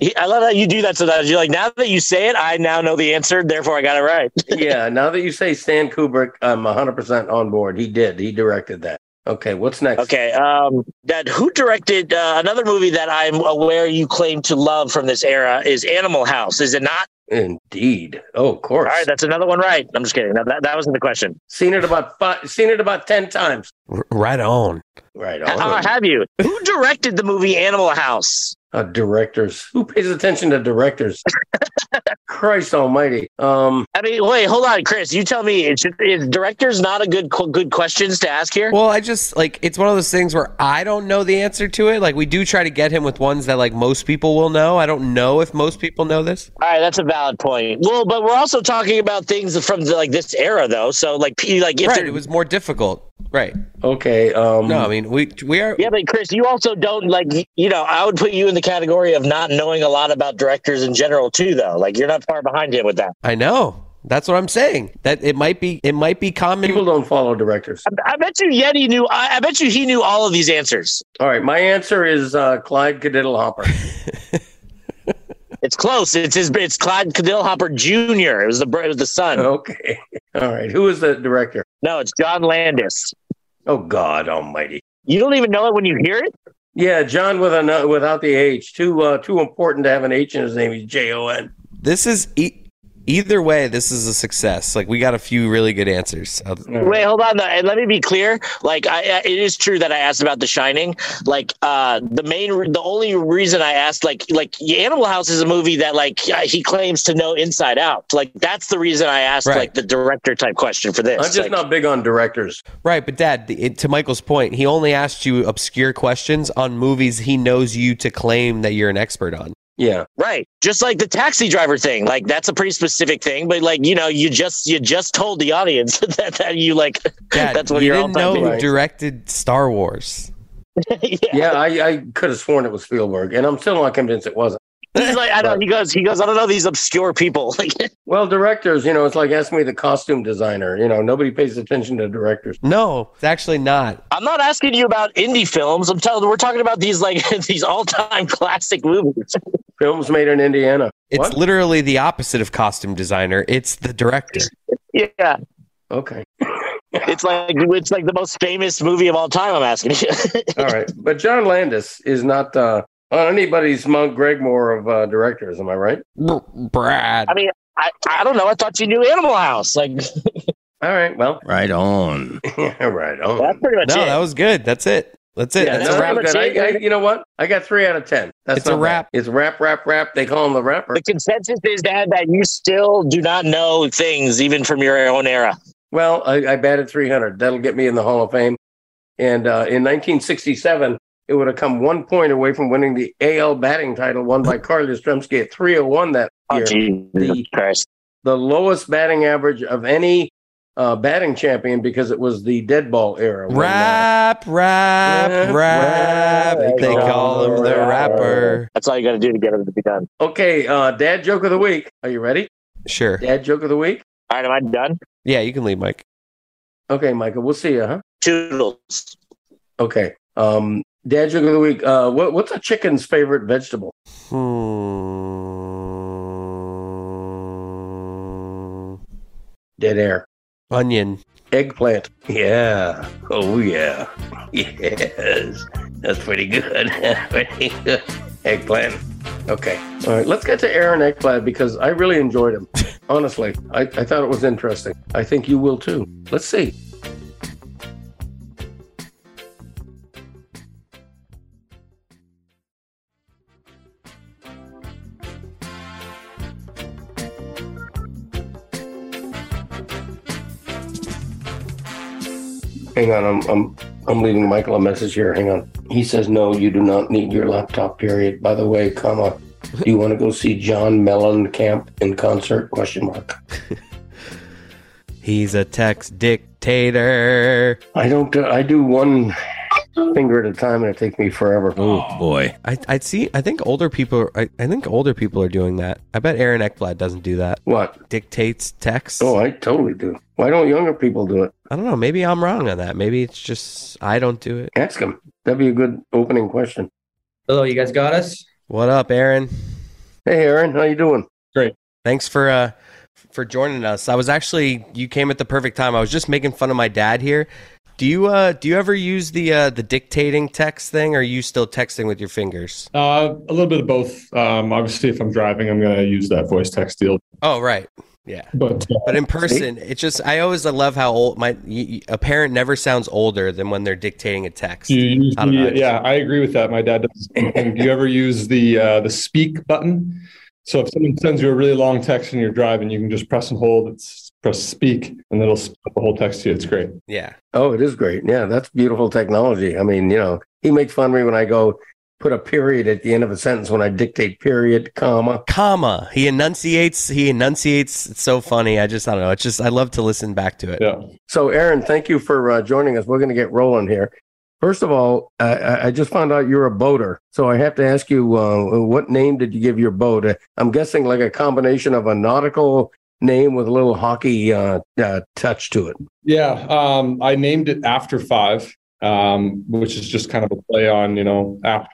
Speaker 3: He, I love how you do that sometimes. You're like now that you say it, I now know the answer. Therefore, I got it right.
Speaker 1: yeah, now that you say Stan Kubrick, I'm 100% on board. He did. He directed that. Okay, what's next?
Speaker 3: Okay. Um, that who directed uh, another movie that I'm aware you claim to love from this era is Animal House. Is it not?
Speaker 1: Indeed. Oh, of course.
Speaker 3: All right, that's another one right. I'm just kidding. No, that, that wasn't the question.
Speaker 1: Seen it about five, seen it about ten times.
Speaker 4: R- right on.
Speaker 1: Right
Speaker 3: How
Speaker 1: on.
Speaker 3: have you? Who directed the movie Animal House?
Speaker 1: Uh, directors. Who pays attention to
Speaker 3: (laughs)
Speaker 1: directors? Christ Almighty. Um,
Speaker 3: I mean, wait, hold on, Chris. You tell me, is, is directors not a good qu- good questions to ask here?
Speaker 4: Well, I just like it's one of those things where I don't know the answer to it. Like we do try to get him with ones that like most people will know. I don't know if most people know this.
Speaker 3: All right, that's a valid point. Well, but we're also talking about things from like this era, though. So, like, p- like if
Speaker 4: right,
Speaker 3: there-
Speaker 4: it was more difficult. Right.
Speaker 1: okay. Um,
Speaker 4: No, I mean we we are
Speaker 3: yeah, but Chris, you also don't like y- you know. I would put you in the category of not knowing a lot about directors in general, too. Though, like, you're not far behind him with that.
Speaker 4: I know. That's what I'm saying. That it might be it might be common
Speaker 1: people don't follow directors.
Speaker 3: I bet you Yeti knew. I, I bet you he knew all of these answers.
Speaker 1: All right, my answer is uh, Clyde
Speaker 4: (laughs)
Speaker 1: Cadiddlehopper.
Speaker 3: It's close. It's his. It's Clyde Cadillhopper Jr. It was the. br- It was the son.
Speaker 1: Oh. okay. (laughs) All right. Who is the director?
Speaker 3: No, it's John Landis.
Speaker 1: Oh God Almighty.
Speaker 3: You don't even know it when you hear it.
Speaker 1: Yeah, John with a without the H. Too uh, too important to have an H in his name. He's J O N.
Speaker 4: This is e- either way. This is a success. Like we got a few really good answers. Uh,
Speaker 3: Wait, hold on. Though, and let me be clear. Like, I, I, it is true that I asked about The Shining. Like, uh, the main, re- the only reason I asked, like, like Animal House is a movie that, like, uh, he claims to know inside out. Like, that's the reason I asked,
Speaker 4: Right.
Speaker 3: like, the director type question for this.
Speaker 1: I'm just
Speaker 3: Like,
Speaker 1: not big on directors.
Speaker 4: Right, but Dad, the, it, to Michael's point, he only asked you obscure questions on movies he knows you to claim that you're an expert on.
Speaker 1: Yeah.
Speaker 3: right. Just like the taxi driver thing. Like, that's a pretty specific thing. But like, you know, you just you just told the audience (laughs) that, that you like.
Speaker 4: Dad,
Speaker 3: (laughs) that's what
Speaker 4: you
Speaker 3: you're all
Speaker 4: didn't know
Speaker 3: time. (laughs)
Speaker 4: who
Speaker 1: favorite.
Speaker 4: directed Star Wars.
Speaker 1: Yeah, I, I could have sworn it was Spielberg, and I'm still not convinced it wasn't.
Speaker 3: He's like, I don't. He goes. He goes. I don't know these obscure people. (laughs) Like,
Speaker 1: Well, directors, you know, it's like asking me the costume designer. You know, nobody pays attention to directors.
Speaker 4: No, it's actually not.
Speaker 3: I'm not asking you about indie films. I'm telling. We're talking about these like (laughs) these all time classic movies.
Speaker 1: Films made in Indiana.
Speaker 4: It's
Speaker 1: What?
Speaker 4: literally the opposite of costume designer. It's the director.
Speaker 3: Yeah,
Speaker 1: Okay.
Speaker 3: it's like it's like the most famous movie of all time. I'm asking you.
Speaker 1: All right. But John Landis is not uh, on anybody's Mount Gregmore of uh, directors. Am I right?
Speaker 4: Br- Brad.
Speaker 3: I mean, I, I don't know. I thought you knew Animal House. Like (laughs) that's
Speaker 1: All right. Well,
Speaker 5: Right on.
Speaker 1: all (laughs) right. Oh,
Speaker 3: pretty much
Speaker 4: no,
Speaker 3: it.
Speaker 4: that was good. That's it. That's it.
Speaker 1: yeah,
Speaker 4: That's
Speaker 1: no,
Speaker 4: a
Speaker 1: that
Speaker 4: wrap.
Speaker 1: was good. I, I, you know what? I got three out of ten. That's
Speaker 4: It's a
Speaker 1: not bad.
Speaker 4: wrap.
Speaker 1: It's rap, rap, rap. They call him the rapper.
Speaker 3: the consensus is Dad, that you still do not know things even from your own era.
Speaker 1: Well, I, I batted 300. That'll get me in the Hall of Fame. And uh, in 1967, it would have come one point away from winning the AL batting title won by Carl Yastrzemski at 301 that
Speaker 3: Oh,
Speaker 1: year.
Speaker 3: Jesus Christ.
Speaker 1: the lowest batting average of any uh, batting champion because it was the dead ball era. when, uh,
Speaker 4: Rap, rap,
Speaker 1: Rap, rap.
Speaker 4: rap. They call him the rapper.
Speaker 3: That's all you got to do to get it to be done.
Speaker 1: okay, uh, dad joke of the week. Are you ready?
Speaker 4: Sure.
Speaker 1: Dad joke of the week.
Speaker 3: All right, am I done?
Speaker 4: Yeah, you can leave, Mike.
Speaker 1: Okay, Michael, we'll see you, huh?
Speaker 3: Toodles.
Speaker 1: Okay. Um, dad joke of the week. Uh, what, what's a chicken's favorite vegetable?
Speaker 4: Hmm.
Speaker 1: Dead air.
Speaker 4: Onion.
Speaker 1: Eggplant. Yeah. Oh yeah. (laughs) Yes. That's pretty good. (laughs) pretty good. Eggplant. Okay. All right. Let's get to Aaron Eggplant because I really enjoyed (laughs) him. Honestly, I, I thought it was interesting. I think you will too. Let's see. Hang on. I'm I'm I'm leaving Michael a message here. Hang on. He says no. You do not need your laptop. Period. By the way, comma. Do you want to go see John Mellencamp in concert? Question mark.
Speaker 4: He's a text dictator.
Speaker 1: I don't. Uh, I do one finger at a time, and it takes me forever.
Speaker 5: Oh boy.
Speaker 4: I I see. I think older people. I, I think older people are doing that. I bet Aaron Eckblad doesn't do that.
Speaker 1: What?
Speaker 4: Dictates text.
Speaker 1: Oh, I totally do. Why don't younger people do it?
Speaker 4: I don't know. Maybe I'm wrong on that. Maybe it's just I don't do it.
Speaker 1: Ask them. That'd be a good opening question.
Speaker 7: Hello, you guys got us?
Speaker 4: What up, Aaron?
Speaker 1: Hey, Aaron, how you doing?
Speaker 4: Thanks for uh for joining us. I was actually you came at the perfect time. I was just making fun of my dad here. Do you uh do you ever use the uh the dictating text thing or are you still texting with your fingers?
Speaker 8: Uh, a little bit of both. Um, obviously, if I'm driving, I'm going to use that voice text deal.
Speaker 4: Oh right. Yeah.
Speaker 8: But uh,
Speaker 4: But in person, it just I always love how old my y- y- a parent never sounds older than when they're dictating a text.
Speaker 8: you use
Speaker 4: I don't know.
Speaker 8: the, yeah, I agree with that. My dad (laughs) does. the same thing. Do you ever use the uh, the speak button? So if someone sends you a really long text and you're driving, you can just press and hold. It's press speak, and it'll spit the whole text to you. It's great.
Speaker 4: Yeah.
Speaker 1: Oh, it is great. Yeah, that's beautiful technology. I mean, you know, he makes fun of me when I go put a period at the end of a sentence when I dictate period, comma.
Speaker 4: Comma. He enunciates he enunciates it's so funny. I just I don't know. It's just I love to listen back to it.
Speaker 8: Yeah.
Speaker 1: So, Aaron, thank you for uh, joining us. We're going to get rolling here. First of all, I- I, I just found out you're a boater, so I have to ask you, uh, what name did you give your boat? Uh, I'm guessing like a combination of a nautical name with a little hockey uh, uh, touch to it.
Speaker 8: Yeah, um, I named it After Five, um, which is just kind of a play on you know after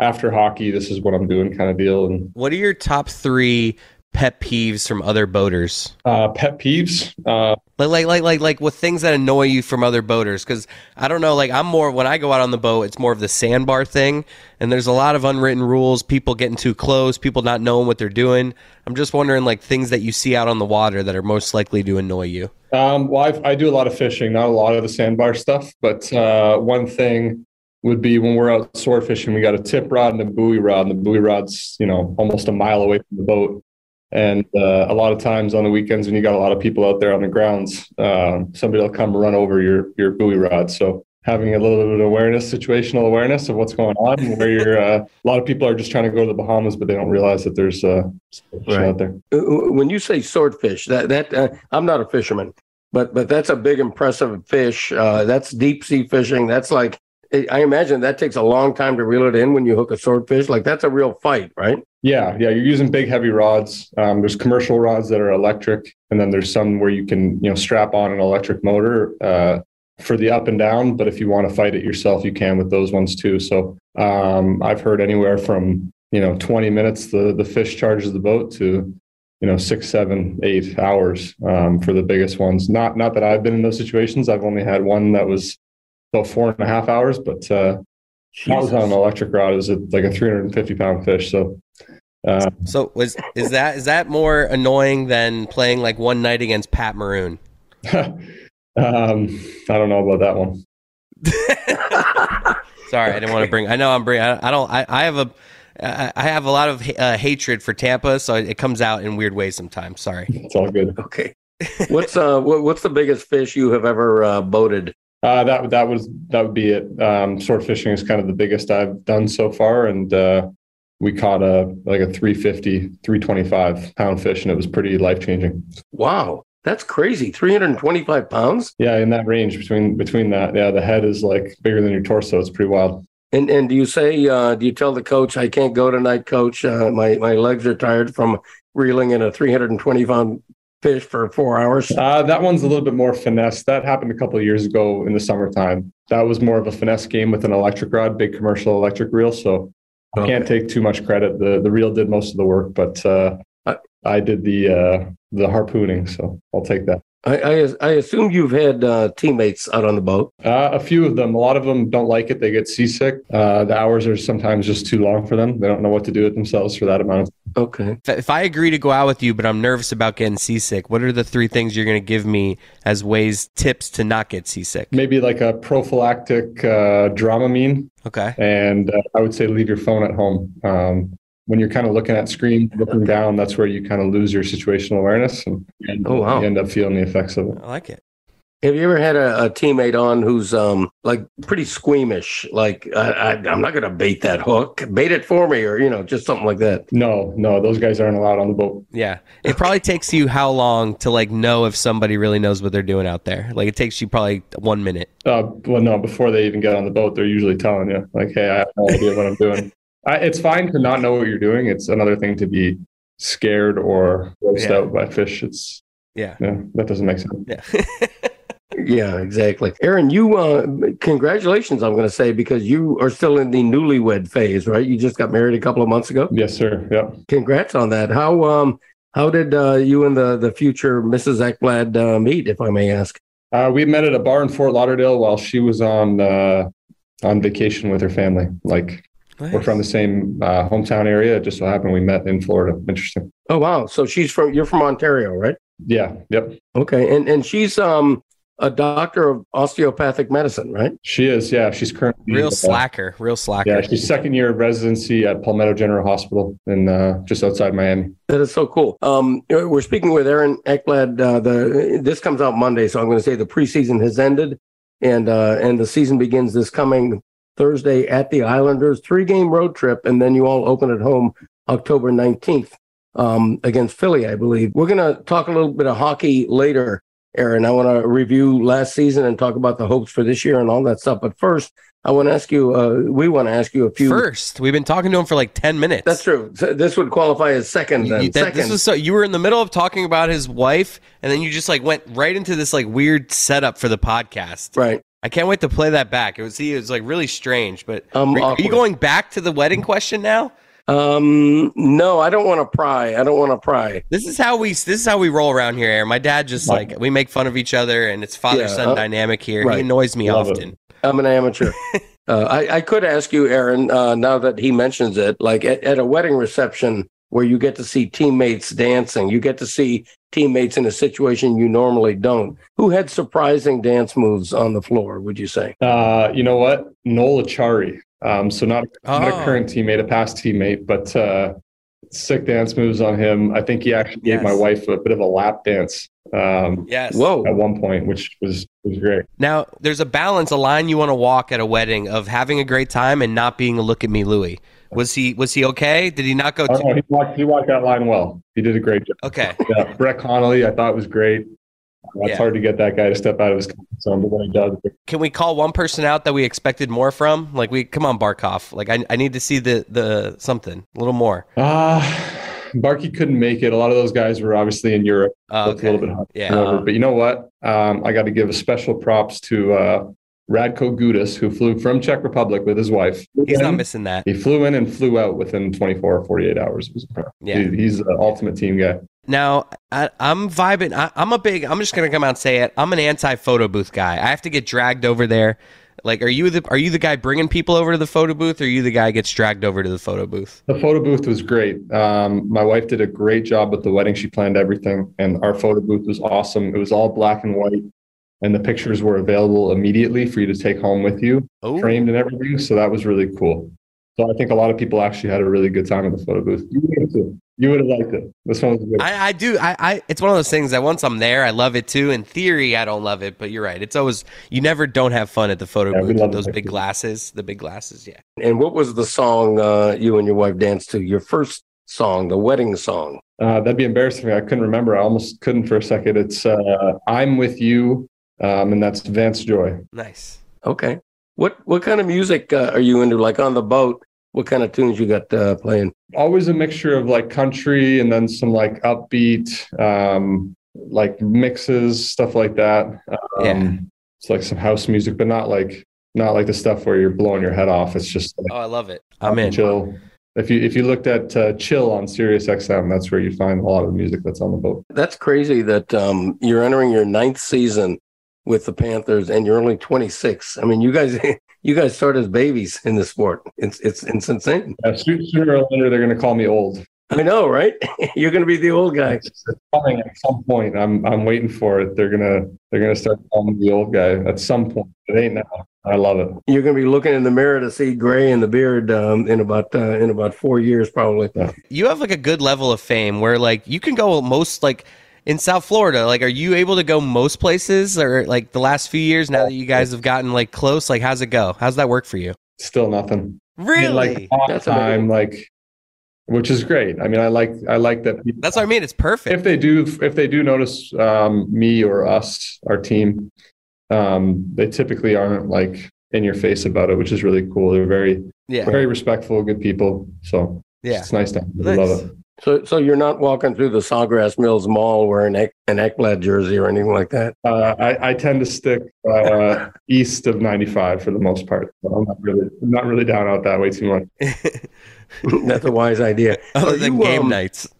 Speaker 8: after hockey. This is what I'm doing, kind of deal. And
Speaker 4: What are your top 3 pet peeves from other boaters?
Speaker 8: uh, pet peeves. Uh,
Speaker 4: Like, like, like, like, like with things that annoy you from other boaters. Cause I don't know, like, I'm more, when I go out on the boat, it's more of the sandbar thing. And there's a lot of unwritten rules, people getting too close, people not knowing what they're doing. I'm just wondering, like, things that you see out on the water that are most likely to annoy you.
Speaker 8: Um, well, I've, I do a lot of fishing, not a lot of the sandbar stuff, but uh, one thing would be when we're out sword fishing, we got a tip rod and a buoy rod, and the buoy rod's you know almost a mile away from the boat. And uh, a lot of times on the weekends, when you got a lot of people out there on the grounds, um, somebody will come run over your your buoy rod. So having a little bit of awareness, situational awareness of what's going on, and where you're. Uh, a lot of people are just trying to go to the Bahamas, but they don't realize that there's uh, fish
Speaker 1: Right.
Speaker 8: out there.
Speaker 1: Uh, When you say swordfish, that that uh, I'm not a fisherman, but but that's a big impressive fish. Uh, that's deep sea fishing. That's like I I imagine that takes a long time to reel it in when you hook a swordfish. Like that's a real fight, right?
Speaker 8: Yeah, yeah, you're using big heavy rods. Um, there's commercial rods that are electric, and then there's some where you can you know strap on an electric motor uh, for the up and down. But if you want to fight it yourself, you can with those ones too. So um, I've heard anywhere from you know 20 minutes the the fish charges the boat to you know six, seven, eight hours um, for the biggest ones. Not not that I've been in those situations. I've only had one that was about four and a half hours, but uh, that was on an electric rod. It was a, like a 350 pound fish. So. Uh, (laughs)
Speaker 4: So, was, is that, is that more annoying than playing like one night against Pat Maroon?
Speaker 8: um, I don't know about that one.
Speaker 4: Sorry, I didn't want to bring. I know I'm bringing. I, I don't. I, I have a. I I have a lot of uh, hatred for Tampa, so it comes out in weird ways sometimes. Sorry.
Speaker 8: It's all good. (laughs)
Speaker 1: Okay. What's uh what, what's the biggest fish you have ever uh, boated?
Speaker 8: Uh, that that was that would be it. Um, sword fishing is kind of the biggest I've done so far, and uh, we caught a like a 350, 325 pound fish, and it was pretty life changing.
Speaker 1: Wow, that's crazy. 325 pounds.
Speaker 8: Yeah, in that range between between that, yeah, the head is like bigger than your torso. It's pretty wild.
Speaker 1: And and do you say uh, do you tell the coach I can't go tonight, coach? Uh, my my legs are tired from reeling in a 320 pound fish for four hours.
Speaker 8: Uh, that one's a little bit more finesse. That happened a couple of years ago in the summertime. That was more of a finesse game with an electric rod, big commercial electric reel. So
Speaker 1: Oh.
Speaker 8: I can't take too much credit. The the reel did most of the work, but uh, I, I did the uh, the harpooning. So I'll take that.
Speaker 1: I, I I assume you've had uh, teammates out on the boat.
Speaker 8: Uh, a few of them, a lot of them don't like it. They get seasick. Uh, the hours are sometimes just too long for them. They don't know what to do with themselves for that amount. Of-
Speaker 1: Okay.
Speaker 4: If, if I agree to go out with you, but I'm nervous about getting seasick, what are the three things you're going to give me as ways, tips to not get seasick?
Speaker 8: Maybe like a prophylactic uh, Dramamine
Speaker 4: Okay.
Speaker 8: and uh, I would say leave your phone at home. Um, when you're kind of looking at screens, looking down, that's where you kind of lose your situational awareness, and, and
Speaker 1: Oh, wow.
Speaker 8: you end up feeling the effects of it.
Speaker 4: I like it.
Speaker 1: Have you ever had a, a teammate on who's um like pretty squeamish? Like I, I I'm not gonna bait that hook. Bait it for me, or you know, just something like that.
Speaker 8: No, no, those guys aren't allowed on the boat.
Speaker 4: Yeah. It probably takes you how long to like know if somebody really knows what they're doing out there? Like it takes you probably one minute.
Speaker 8: Uh, well, no, before they even get on the boat, they're usually telling you, like, "Hey, I have no idea what I'm doing." (laughs) I, it's fine to not know what you're doing. It's another thing to be scared or grossed
Speaker 4: Yeah.
Speaker 8: out by fish. It's
Speaker 4: Yeah.
Speaker 8: yeah, that doesn't make sense.
Speaker 4: Yeah. (laughs)
Speaker 1: Yeah, exactly. Aaron, you uh congratulations, I'm gonna say, because you are still in the newlywed phase, right? You just got married a couple of months ago.
Speaker 8: Yes, sir. Yep.
Speaker 1: Congrats on that. How um how did uh, you and the the future Mrs. Ekblad uh, meet, if I may ask?
Speaker 8: Uh, we met at a bar in Fort Lauderdale while she was on uh, on vacation with her family. Like we're from the same uh, hometown area. It just so happened we met in Florida. Interesting.
Speaker 1: Oh wow! So she's from you're from Ontario, right?
Speaker 8: Yeah. Yep.
Speaker 1: Okay, and and she's um a doctor of osteopathic medicine, right?
Speaker 8: She is. Yeah. She's currently
Speaker 4: Real
Speaker 8: uh,
Speaker 4: slacker, real slacker.
Speaker 8: Yeah. She's second year of residency at Palmetto General Hospital in uh, just outside Miami.
Speaker 1: That is so cool. Um, we're speaking with Aaron Ekblad. Uh, the this comes out Monday, so I'm going to say the preseason has ended, and uh, and the season begins this coming Thursday at the Islanders, three game road trip, and then you all open at home October 19th um, against Philly, I believe. We're going to talk a little bit of hockey later, Aaron. I want to review last season and talk about the hopes for this year and all that stuff. But first, I want to ask you. Uh, we want to ask you a few.
Speaker 4: First, we've been talking to him for like ten minutes.
Speaker 1: That's true. So this would qualify as second.
Speaker 4: You-
Speaker 1: Then
Speaker 4: you- that-
Speaker 1: second.
Speaker 4: this was so you were in the middle of talking about his wife, and then you just like went right into this like weird setup for the podcast.
Speaker 1: right.
Speaker 4: I can't wait to play that back. It was see, it was like really strange. But
Speaker 1: Um,
Speaker 4: are, are you
Speaker 1: awkward.
Speaker 4: going back to the wedding question now?
Speaker 1: Um, no, I don't want to pry. I don't want to pry.
Speaker 4: This is how we this is how we roll around here. Aaron. My dad just like we make fun of each other, and it's father son
Speaker 1: uh,
Speaker 4: dynamic here.
Speaker 1: right.
Speaker 4: He annoys me
Speaker 8: Love it.
Speaker 4: often.
Speaker 1: I'm an amateur. uh, I, I could ask you, Aaron, uh, now that he mentions it, like at, at a wedding reception where you get to see teammates dancing, you get to see teammates in a situation you normally don't. Who had surprising dance moves on the floor, would you say?
Speaker 8: Uh, you know what? Noel Achari. Um, so not, not
Speaker 4: Oh.
Speaker 8: a current teammate, a past teammate, but uh, sick dance moves on him. I think he actually gave my
Speaker 4: Yes.
Speaker 8: wife a bit of a lap dance um,
Speaker 4: Yes.
Speaker 1: Whoa.
Speaker 8: at one point, which was was great.
Speaker 4: Now, there's a balance, a line you want to walk at a wedding of having a great time and not being a look at me, Louie. Was he was he okay? Did he not go?
Speaker 8: Oh,
Speaker 4: Too-
Speaker 8: no, he walked he walked that line well. He did a great job.
Speaker 4: okay.
Speaker 8: Yeah, Brett Connolly, I thought was great. Uh, It's
Speaker 4: Yeah.
Speaker 8: hard to get that guy to step out of his comfort zone, but when he does,
Speaker 4: Can we call one person out that we expected more from? Like we come on Barkov. Like I, I need to see the the something a little more.
Speaker 8: ah, Barkey couldn't make it. A lot of those guys were obviously in Europe.
Speaker 4: Uh,
Speaker 8: so it's a
Speaker 4: okay.
Speaker 8: little bit hard.
Speaker 4: Yeah.
Speaker 8: Whatever. but you know what? Um, I got to give a special props to uh, Radko Gudas, who flew from Czech Republic with his wife.
Speaker 4: He's not missing that.
Speaker 8: He flew in and flew out within 24 or 48 hours. It was incredible.
Speaker 4: Yeah.
Speaker 8: He- he's the ultimate team guy.
Speaker 4: Now I, I'm vibing. I, I'm a big. I'm just gonna come out and say it. I'm an anti photo booth guy. I have to get dragged over there. Like, are you the are you the guy bringing people over to the photo booth, or are you the guy who gets dragged over to the photo booth?
Speaker 8: The photo booth was great. Um, my wife did a great job with the wedding. She planned everything, and our photo booth was awesome. It was all black and white, and the pictures were available immediately for you to take home with you,
Speaker 4: Oh,
Speaker 8: framed and everything. So that was really cool. So I think a lot of people actually had a really good time at the photo booth. You would have too. You would have liked it. This one was good.
Speaker 4: I, I do. I, I it's one of those things that once I'm there, I love it too. In theory, I don't love it, but you're right. It's always you never don't have fun at the photo
Speaker 8: Yeah, we
Speaker 4: booth.
Speaker 8: love
Speaker 4: with
Speaker 8: the
Speaker 4: Those big
Speaker 8: pictures.
Speaker 4: glasses, the big glasses. Yeah.
Speaker 1: And what was the song uh, you and your wife danced to? Your first song, the wedding song.
Speaker 8: Uh, that'd be embarrassing. I couldn't remember. I almost couldn't for a second. It's uh, "I'm with You," um, and that's Vance Joy.
Speaker 4: Nice.
Speaker 1: Okay. What what kind of music uh, are you into? Like on the boat, what kind of tunes you got uh, playing?
Speaker 8: Always a mixture of like country and then some like upbeat, um, like mixes, stuff like that. Um,
Speaker 4: Yeah.
Speaker 8: It's like some house music, but not like not like the stuff where you're blowing your head off. It's just like
Speaker 4: Oh, I love it. I'm in.
Speaker 8: chill. If you if you looked at uh, chill on Sirius XM, that's where you'd find a lot of the music that's on the boat.
Speaker 1: That's crazy that um, you're entering your ninth season with the Panthers and you're only 26. I mean, you guys, (laughs) you guys start as babies in the sport. It's it's it's insane.
Speaker 8: Uh, soo- sooner or later, they're going to call me old.
Speaker 1: I know, right? (laughs) you're going to be the old guy.
Speaker 8: It's coming at some point. I'm I'm waiting for it. They're gonna they're gonna start calling me the old guy at some point. It ain't now. I love it.
Speaker 1: You're going to be looking in the mirror to see gray in the beard um, in about uh, in about four years, probably.
Speaker 4: You have like a good level of fame where like you can go most like in South Florida. Like, are you able to go most places or like the last few years now that you guys have gotten like close? Like, how's it go? How's that work for you?
Speaker 8: Still nothing. I mean,
Speaker 4: Really?
Speaker 8: Like off
Speaker 1: That's amazing.
Speaker 8: time, like which is great. I mean, I like I like that. people-
Speaker 4: That's what I mean. It's perfect.
Speaker 8: If they do if they do notice um, me or us, our team, um, they typically aren't like in your face about it, which is really cool. They're very
Speaker 4: yeah.
Speaker 8: very respectful, good people. So
Speaker 4: Yeah. (laughs)
Speaker 8: it's nice to I
Speaker 4: Nice.
Speaker 8: love it.
Speaker 1: So, so you're not walking through the Sawgrass Mills Mall wearing an, Ek- an Ekblad jersey or anything like that. (laughs)
Speaker 8: Uh, I, I tend to stick
Speaker 4: (laughs)
Speaker 8: uh, east of 95 for the most part. So I'm not really I'm not really down out that way too much.
Speaker 1: That's a wise idea.
Speaker 4: (laughs) Other
Speaker 1: Are
Speaker 4: than
Speaker 1: you,
Speaker 4: game
Speaker 1: um,
Speaker 4: nights.
Speaker 1: (laughs)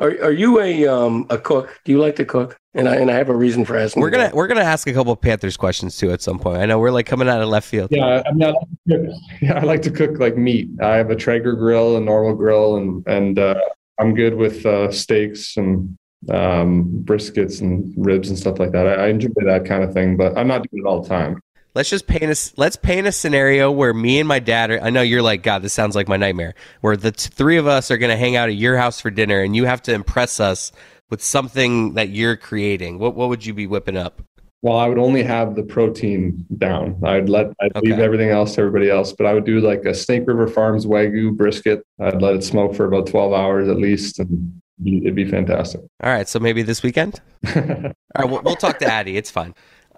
Speaker 1: Are are you a um a cook? Do you like to cook? And I and I have a reason for asking.
Speaker 4: We're
Speaker 1: you
Speaker 4: gonna
Speaker 1: that.
Speaker 4: we're gonna ask a couple of Panthers questions too at some point. I know we're like coming out of left field.
Speaker 8: Yeah, I'm not. (laughs) Yeah, I like to cook like meat. I have a Traeger grill, a normal grill, and and uh, I'm good with uh, steaks and um, briskets and ribs and stuff like that. I, I enjoy that kind of thing, but I'm not doing it all the time.
Speaker 4: Let's just paint us. Let's paint a scenario where me and my dad are. I know you're like God. This sounds like my nightmare. Where the t- three of us are gonna hang out at your house for dinner, and you have to impress us with something that you're creating. What what would you be whipping up?
Speaker 8: Well, I would only have the protein down. I'd let I'd leave
Speaker 4: Okay.
Speaker 8: everything else to everybody else, but I would do like a Snake River Farms Wagyu brisket. I'd let it smoke for about 12 hours at least, and it'd be fantastic. (laughs)
Speaker 4: All right, so maybe this weekend.
Speaker 8: I
Speaker 4: All right, we'll, we'll talk to Addy. It's fine.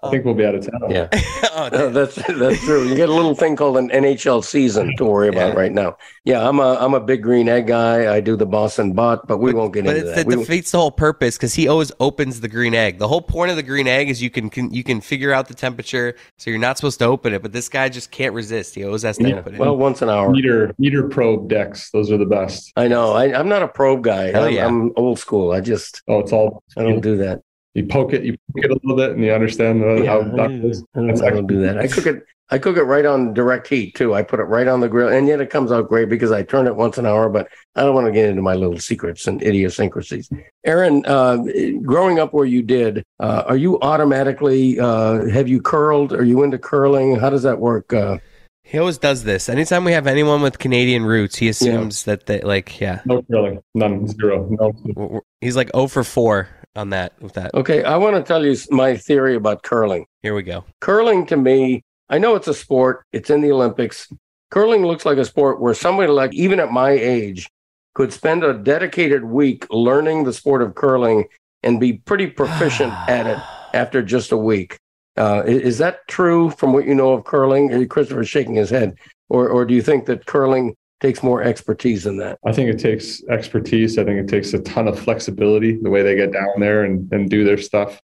Speaker 8: think we'll be out of town.
Speaker 1: Yeah.
Speaker 4: Oh,
Speaker 1: No, (laughs) that's that's true. You get a little thing called an NHL season to worry about
Speaker 4: Yeah.
Speaker 1: right now. Yeah, I'm a I'm a big green egg guy. I do the Boston bot, but we won't get
Speaker 4: but
Speaker 1: into
Speaker 4: it's,
Speaker 1: that.
Speaker 4: it
Speaker 1: We won't-
Speaker 4: defeats the whole purpose because he always opens the green egg. The whole point of the green egg is you can, can you can figure out the temperature, so you're not supposed to open it. But this guy just can't resist. He always has to
Speaker 8: Yeah,
Speaker 4: open it.
Speaker 1: well, once an hour.
Speaker 8: Meter meter probe decks, those are the best.
Speaker 1: I know. I, I'm not a probe guy.
Speaker 4: Hell
Speaker 1: I'm,
Speaker 4: yeah.
Speaker 1: I'm old school. I just
Speaker 8: Oh, it's all
Speaker 1: I don't do that.
Speaker 8: you poke it, you poke it a little bit, and you understand the,
Speaker 1: Yeah,
Speaker 8: how
Speaker 1: I don't do
Speaker 8: that
Speaker 1: that. I don't, I don't do that. I cook it. I cook it right on direct heat too. I put it right on the grill, and yet it comes out great because I turn it once an hour. But I don't want to get into my little secrets and idiosyncrasies. Aaron, uh, growing up where you did, uh, are you automatically uh, have you curled? Are you into curling? How does that work? Uh,
Speaker 4: he always does this. Anytime we have anyone with Canadian roots, he assumes that they like yeah.
Speaker 8: no curling, none, zero, no.
Speaker 4: We're- we're- He's like 0 for four on that. With that,
Speaker 1: okay, I want to tell you my theory about curling.
Speaker 4: here we go.
Speaker 1: curling to me, I know it's a sport, it's in the Olympics. Curling looks like a sport where somebody like even at my age could spend a dedicated week learning the sport of curling and be pretty
Speaker 4: (sighs)
Speaker 1: proficient at it after just a week. Uh, i- is, that true from what you know of curling? Uh, Christopher's shaking his head, or or do you think that curling takes more expertise than that?
Speaker 8: I think it takes expertise. I think it takes a ton of flexibility the way they get down there and, and do their stuff.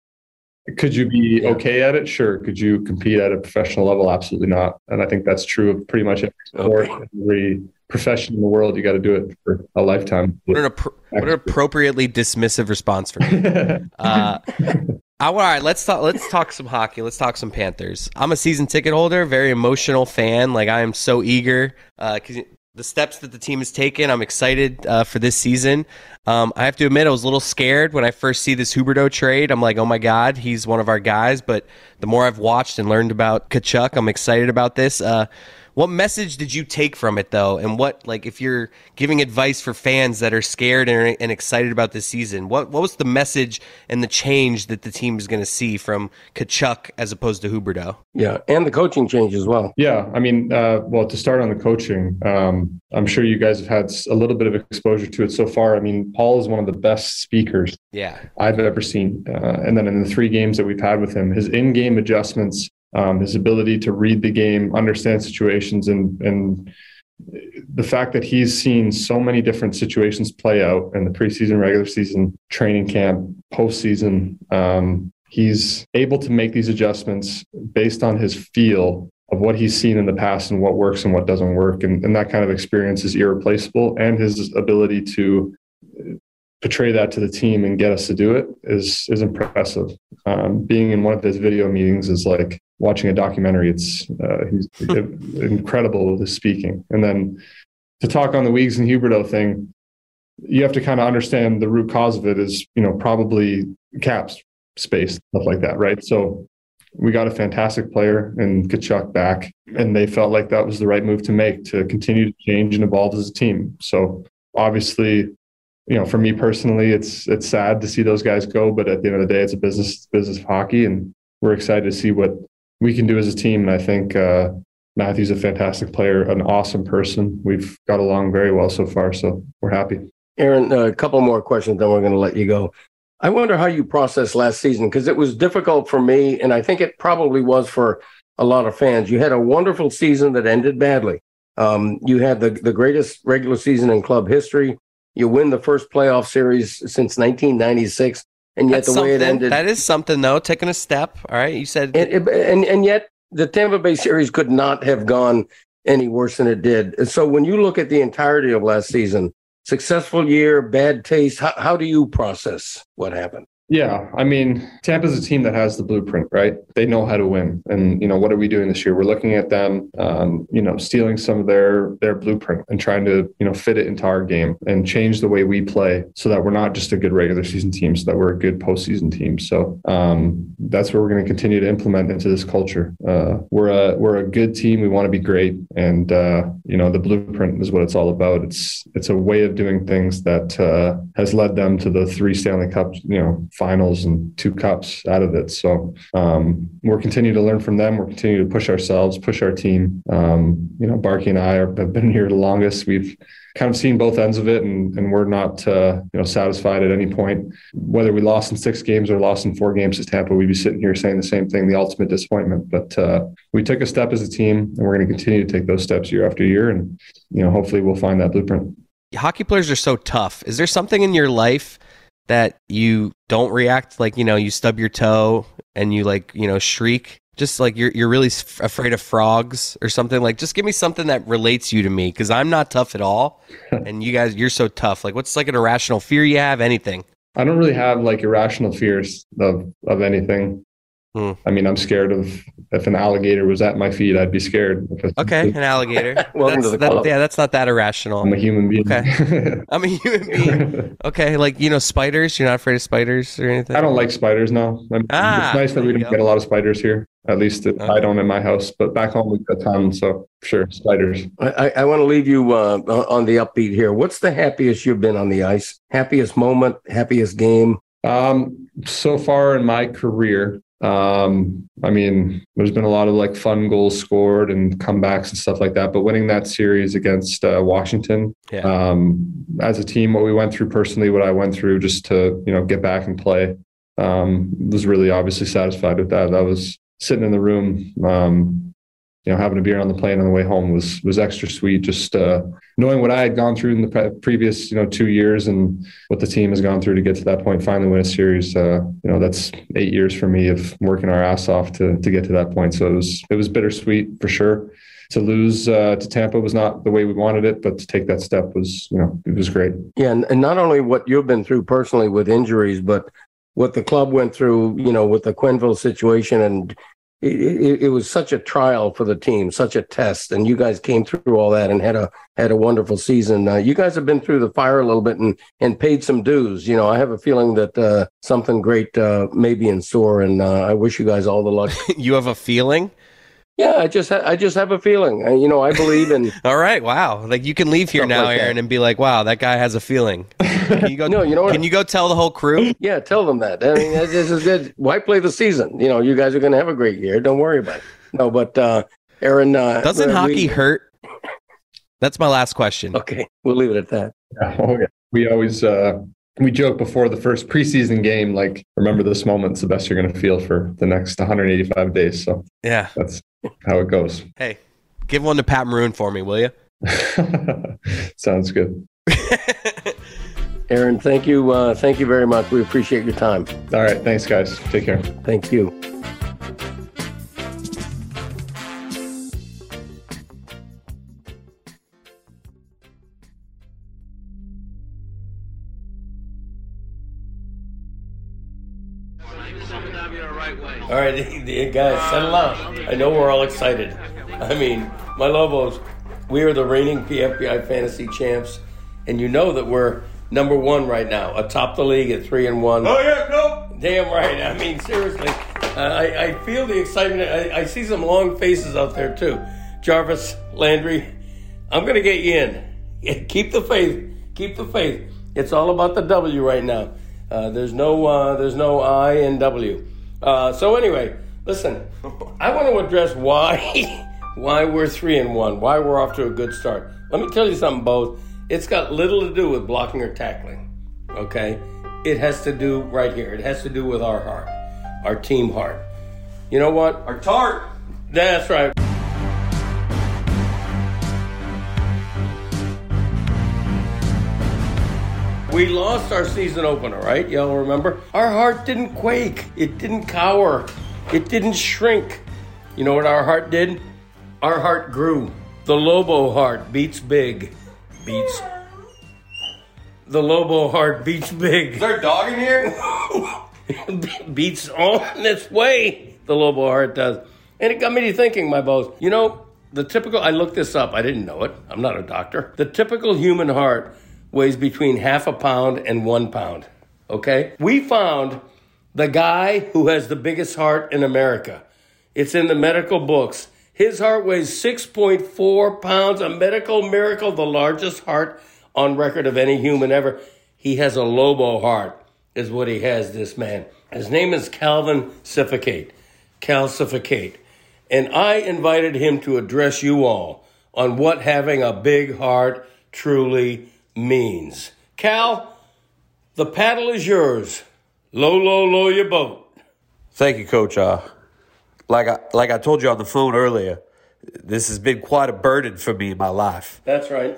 Speaker 8: Could you be
Speaker 1: Yeah.
Speaker 8: okay at it? Sure. Could you compete at a professional level? Absolutely not. And I think that's true of pretty much every sport,
Speaker 1: Okay.
Speaker 8: every profession in the world. You got to do it for a lifetime.
Speaker 4: What an, appro- what an appropriately dismissive response from me.
Speaker 8: (laughs)
Speaker 4: Uh, (laughs) I, all right, let's talk. Let's talk some hockey. Let's talk some Panthers. I'm a season ticket holder, very emotional fan. Like I am so eager because the steps that the team has taken. I'm excited uh, for this season. Um, I have to admit, I was a little scared when I first see this Huberto trade. I'm like, oh my god, he's one of our guys. But the more I've watched and learned about Kachuk, I'm excited about this. Uh, what message did you take from it though, and what like if you're giving advice for fans that are scared and, and excited about this season? What what was the message and the change that the team is going to see from Kachuk as opposed to Huberto?
Speaker 1: Yeah, and the coaching change as well.
Speaker 8: Yeah, I mean, uh, well, to start on the coaching, um, I'm sure you guys have had s- a little bit of exposure to it so far. I mean, Paul is one of the best speakers
Speaker 4: Yeah,
Speaker 8: I've ever seen. Uh, and then in the three games that we've had with him, his in-game adjustments, um, his ability to read the game, understand situations, and and the fact that he's seen so many different situations play out in the preseason, regular season, training camp, postseason, um, he's able to make these adjustments based on his feel of what he's seen in the past and what works and what doesn't work. And, and that kind of experience is irreplaceable. And his ability to portray that to the team and get us to do it is is impressive. Um, being in one of his video meetings is like watching a documentary. It's uh, he's incredible with his speaking. And then to talk on the Weeks and Huberto thing, you have to kind of understand the root cause of it is you know probably caps space stuff like that, right? So. We got a fantastic player in Kachuk back, and they felt like that was the right move to make to continue to change and evolve as a team. So obviously, you know, for me personally, it's it's sad to see those guys go, but at the end of the day, it's a business it's business of hockey, and we're excited to see what we can do as a team. And I think uh, Matthew's a fantastic player, an awesome person. We've got along very well so far, so we're happy.
Speaker 1: Aaron, uh, a couple more questions, then we're going to let you go. I wonder how you processed last season because it was difficult for me, and I think it probably was for a lot of fans. You had a wonderful season that ended badly. Um, you had the, the greatest regular season in club history. You win the first playoff series since 1996, and yet
Speaker 4: That's
Speaker 1: the way it
Speaker 4: something.
Speaker 1: ended,
Speaker 4: That is something though. Taking a step. All right, you said
Speaker 1: and, and- and and yet the Tampa Bay series could not have gone any worse than it did. And So when you look at the entirety of last season, successful year, bad taste? How, how do you process what happened? (laughs)
Speaker 8: Yeah, I mean, Tampa's a team that has the blueprint, right? They know how to win, and you know what are we doing this year? We're looking at them, um, you know, stealing some of their their blueprint and trying to you know fit it into our game and change the way we play so that we're not just a good regular season team, so that we're a good postseason team. So um, that's what we're going to continue to implement into this culture. Uh, we're a we're a good team. We want to be great, and uh, you know the blueprint is what it's all about. It's it's a way of doing things that uh, has led them to the three Stanley Cups, you know finals and two cups out of it. So um, we're continuing to learn from them. We're continuing to push ourselves, push our team. Um, you know, Barky and I are, have been here the longest. We've kind of seen both ends of it, and, and we're not uh, you know satisfied at any point. Whether we lost in six games or lost in four games to Tampa, we'd be sitting here saying the same thing, the ultimate disappointment. But uh, we took a step as a team, and we're going to continue to take those steps year after year, and you know, hopefully, we'll find that blueprint.
Speaker 4: Hockey players are so tough. Is there something in your life that you don't react like you know you stub your toe and you like you know shriek just like you're you're really f- afraid of frogs or something like just give me something that relates you to me cuz I'm not tough at (laughs) all and you guys you're so tough like what's like an irrational fear you have anything
Speaker 8: I don't really have like irrational fears of of anything hmm. I mean, I'm scared of if an alligator was at my feet, I'd be scared.
Speaker 4: okay, an alligator. (laughs) Welcome that's, to the that, club. Yeah, that's not that irrational.
Speaker 8: I'm a human being.
Speaker 4: Okay. I'm a human (laughs) being. Okay, like you know, spiders. You're not afraid of spiders or anything.
Speaker 8: (laughs) I don't like spiders. No. I mean, ah, it's nice that we don't go. get a lot of spiders here. At least it, okay. I don't in my house, but back home we got a ton. So sure, spiders.
Speaker 1: I, I want to leave you uh, on the upbeat here. What's the happiest you've been on the ice? Happiest moment? Happiest game?
Speaker 8: Um, so far in my career, um, I mean, there's been a lot of like fun goals scored and comebacks and stuff like that. But winning that series against uh, Washington, yeah.
Speaker 4: uh,
Speaker 8: um, as a team, what we went through personally, what I went through just to you know get back and play, um, was really obviously satisfied with that. I was sitting in the room, um, you know, having a beer on the plane on the way home was was extra sweet. Just uh, knowing what I had gone through in the pre- previous, you know, two years and what the team has gone through to get to that point, finally win a series. Uh, you know, that's eight years for me of working our ass off to to get to that point. So it was it was bittersweet for sure. To lose uh, to Tampa was not the way we wanted it, but to take that step was, you know, it was great.
Speaker 1: Yeah, and, and not only what you've been through personally with injuries, but what the club went through, you know, with the Quinville situation and it, it, it, was such a trial for the team, such a test, and you guys came through all that and had a had a wonderful season. Uh, you guys have been through the fire a little bit and and paid some dues. You know, I have a feeling that uh, something great uh, may be in store, and uh, I wish you guys all the luck.
Speaker 4: (laughs) you have a feeling.
Speaker 1: Yeah, I just ha- I just have a feeling. I, you know, I believe in.
Speaker 4: all right, wow! Like you can leave here now, like Aaron, that. and be like, "Wow, that guy has a feeling." Can (laughs) you go, no, you know what? Can you go tell the whole crew?
Speaker 1: Yeah, tell them that. I mean, this is good. Why play the season? You know, you guys are going to have a great year. Don't worry about it. No, but uh, Aaron, uh,
Speaker 4: doesn't we, hockey we, hurt? That's my last question.
Speaker 1: Okay, we'll leave it at that.
Speaker 8: Yeah, (laughs) oh, yeah. We always uh, we joke before the first preseason game, like remember this moment's the best you're going to feel for the next 185 days. So
Speaker 4: yeah,
Speaker 8: that's how it goes. (laughs)
Speaker 4: Hey, give one to Pat Maroon for me, will you? (laughs)
Speaker 8: Sounds good.
Speaker 1: Aaron, thank you. Uh, thank you very much. We appreciate your time.
Speaker 8: All right. Thanks, guys. Take care.
Speaker 1: Thank you.
Speaker 9: All right, (laughs) guys, settle down. I know we're all excited. I mean, my Lobos, we are the reigning PFBI fantasy champs, and you know that we're number one right now, atop the league at three and one.
Speaker 10: Oh yeah, no,
Speaker 9: damn right. I mean, seriously, uh, I, I, feel the excitement. I, I, see some long faces out there too. Jarvis Landry, I'm gonna get you in. (laughs) Keep the faith. Keep the faith. It's all about the W right now. Uh, there's no uh, there's no I in W. Uh, so anyway, listen, I want to address why (laughs) why we're three and one, why we're off to a good start. Let me tell you something, both. It's got little to do with blocking or tackling. Okay? It has to do right here. It has to do with our heart, our team heart. You know what?
Speaker 10: Our tart.
Speaker 9: That's right. We lost our season opener, right? Y'all remember? Our heart didn't quake. It didn't cower. It didn't shrink. You know what our heart did? Our heart grew. The Lobo heart beats big beats.
Speaker 1: the Lobo Heart beats big.
Speaker 9: there a dog in here?
Speaker 1: (laughs) beats all in its way. The Lobo Heart does. And it got me to thinking, my boss. You know, the typical, I looked this up, I didn't know it. I'm not a doctor. The typical human heart weighs between half a pound and one pound. Okay? We found the guy who has the biggest heart in America. It's in the medical books. His heart weighs 6.4 pounds, a medical miracle, the largest heart on record of any human ever. He has a Lobo heart, is what he has, this man. His name is Calvin Sufficate. Calcificate. And I invited him to address you all on what having a big heart truly means. Cal, the paddle is yours. Low, low, low your boat.
Speaker 9: Thank you, Coach. Uh, like I like I told you on the phone earlier, this has been quite a burden for me in my life.
Speaker 1: That's right.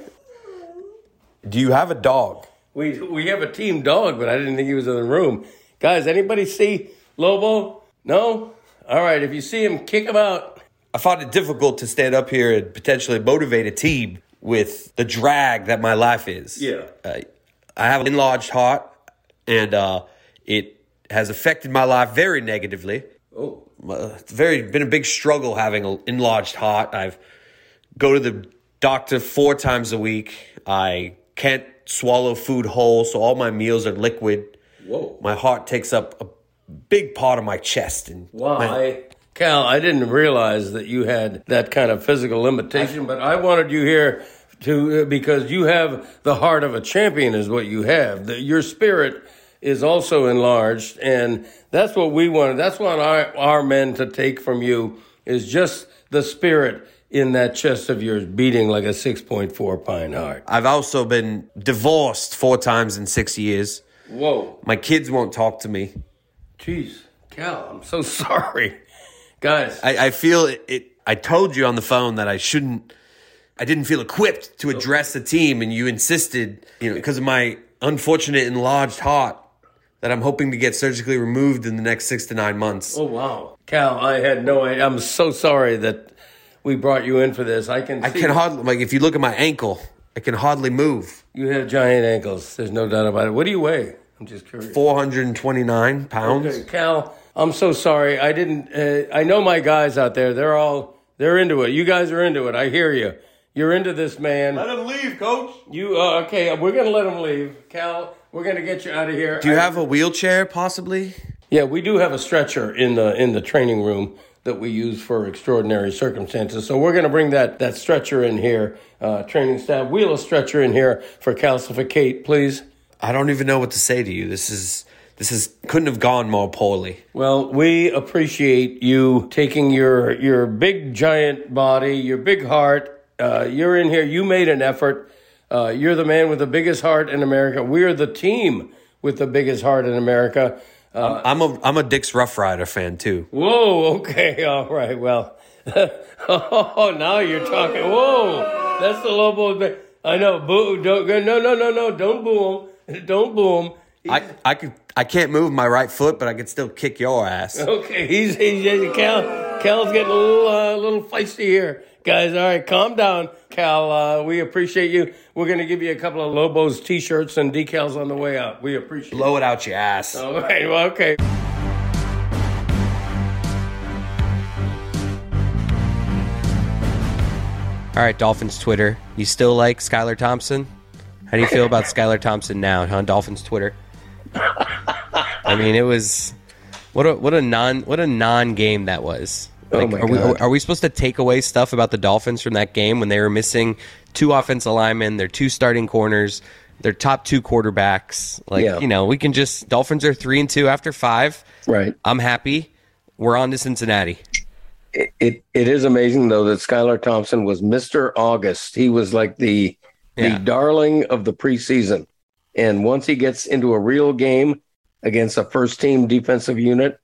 Speaker 9: Do you have a dog?
Speaker 1: We we have a team dog, but I didn't think he was in the room. Guys, anybody see Lobo? No? All right, if you see him, kick him out.
Speaker 9: I find it difficult to stand up here and potentially motivate a team with the drag that my life is.
Speaker 1: Yeah.
Speaker 9: Uh, I have an enlarged heart, and uh, it has affected my life very negatively.
Speaker 1: Oh.
Speaker 9: Uh, It's very been a big struggle having an enlarged heart. I've go to the doctor four times a week. I can't swallow food whole, so all my meals are liquid.
Speaker 1: Whoa.
Speaker 9: My heart takes up a big part of my chest, and
Speaker 1: Wow. I, Cal, I didn't realize that you had that kind of physical limitation, but I wanted you here to uh, because you have the heart of a champion is what you have. The, your spirit is also enlarged and that's what we wanted. That's what our, our men to take from you is just the spirit in that chest of yours beating like a 6.4 pine heart.
Speaker 9: I've also been divorced four times in six years.
Speaker 1: Whoa.
Speaker 9: My kids won't talk to me.
Speaker 1: Jeez. Cal,
Speaker 9: (laughs)
Speaker 1: I'm so sorry. Guys,
Speaker 9: I, I feel it, it. I told you on the phone that I shouldn't. I didn't feel equipped to address the team, and you insisted, you know, because of my unfortunate enlarged heart that I'm hoping to get surgically removed in the next six to nine months.
Speaker 1: Oh wow, Cal! I had no. idea. I'm so sorry that we brought you in for this. I can.
Speaker 9: I
Speaker 1: see
Speaker 9: can hardly like if you look at my ankle, I can hardly move.
Speaker 1: You have giant ankles. There's no doubt about it. What do you weigh? I'm just curious.
Speaker 9: Four hundred and twenty nine pounds.
Speaker 1: Okay, Cal, I'm so sorry. I didn't. Uh, I know my guys out there. They're all. They're into it. You guys are into it. I hear you. You're into this, man.
Speaker 9: Let him
Speaker 1: leave, coach. You uh, okay? We're gonna let him leave, Cal. We're gonna get you out of here.
Speaker 9: Do you
Speaker 1: I-
Speaker 9: have a wheelchair possibly?
Speaker 1: Yeah, we do have a stretcher in the in the training room that we use for extraordinary circumstances. So we're going to bring that that stretcher in here, uh, training staff. Wheel a stretcher in here for calcificate, please.
Speaker 9: I don't even know what to say to you. This is this is couldn't have gone more poorly.
Speaker 1: Well, we appreciate you taking your your big giant body, your big heart. Uh, you're in here. You made an effort. Uh, you're the man with the biggest heart in America. We're the team with the biggest heart in America. Uh,
Speaker 9: I'm a I'm a Dick's Rough Rider fan too.
Speaker 1: Whoa, okay, (laughs) all right, well. oh, now you're talking. Whoa, that's the Lobo's back. I know, boo, don't, no, no, no, no, don't boo him. (laughs) Don't boo him.
Speaker 9: I I could I can't move my right foot, but I could still kick your ass.
Speaker 1: Okay, he's, he's, Cal, Cal's getting a little, uh, little feisty here. Guys, all right, calm down. Cal, uh, we appreciate you. We're going to give you a couple of Lobo's t shirts and decals on the way out. We appreciate it.
Speaker 9: Blow it out your ass.
Speaker 1: All right, well, okay.
Speaker 4: All right, Dolphins Twitter. You still like Skylar Thompson? How do you feel about Skylar Thompson now on Dolphins Twitter? I mean, it was what a what a non what a non game that was.
Speaker 11: Oh
Speaker 4: Like,
Speaker 11: my
Speaker 4: are we
Speaker 11: God.
Speaker 4: are we supposed to take away stuff about the Dolphins from that game when they were missing two offensive linemen, their two starting corners, their top two quarterbacks? Like
Speaker 11: Yeah.
Speaker 4: you know, we can just Dolphins are three and two after five.
Speaker 11: Right.
Speaker 4: I'm happy. We're on to Cincinnati.
Speaker 11: it, it it is amazing though that Skylar Thompson was Mr. August. He was like the
Speaker 4: Yeah.
Speaker 11: the darling of the preseason. And once he gets into a real game against a first team defensive unit,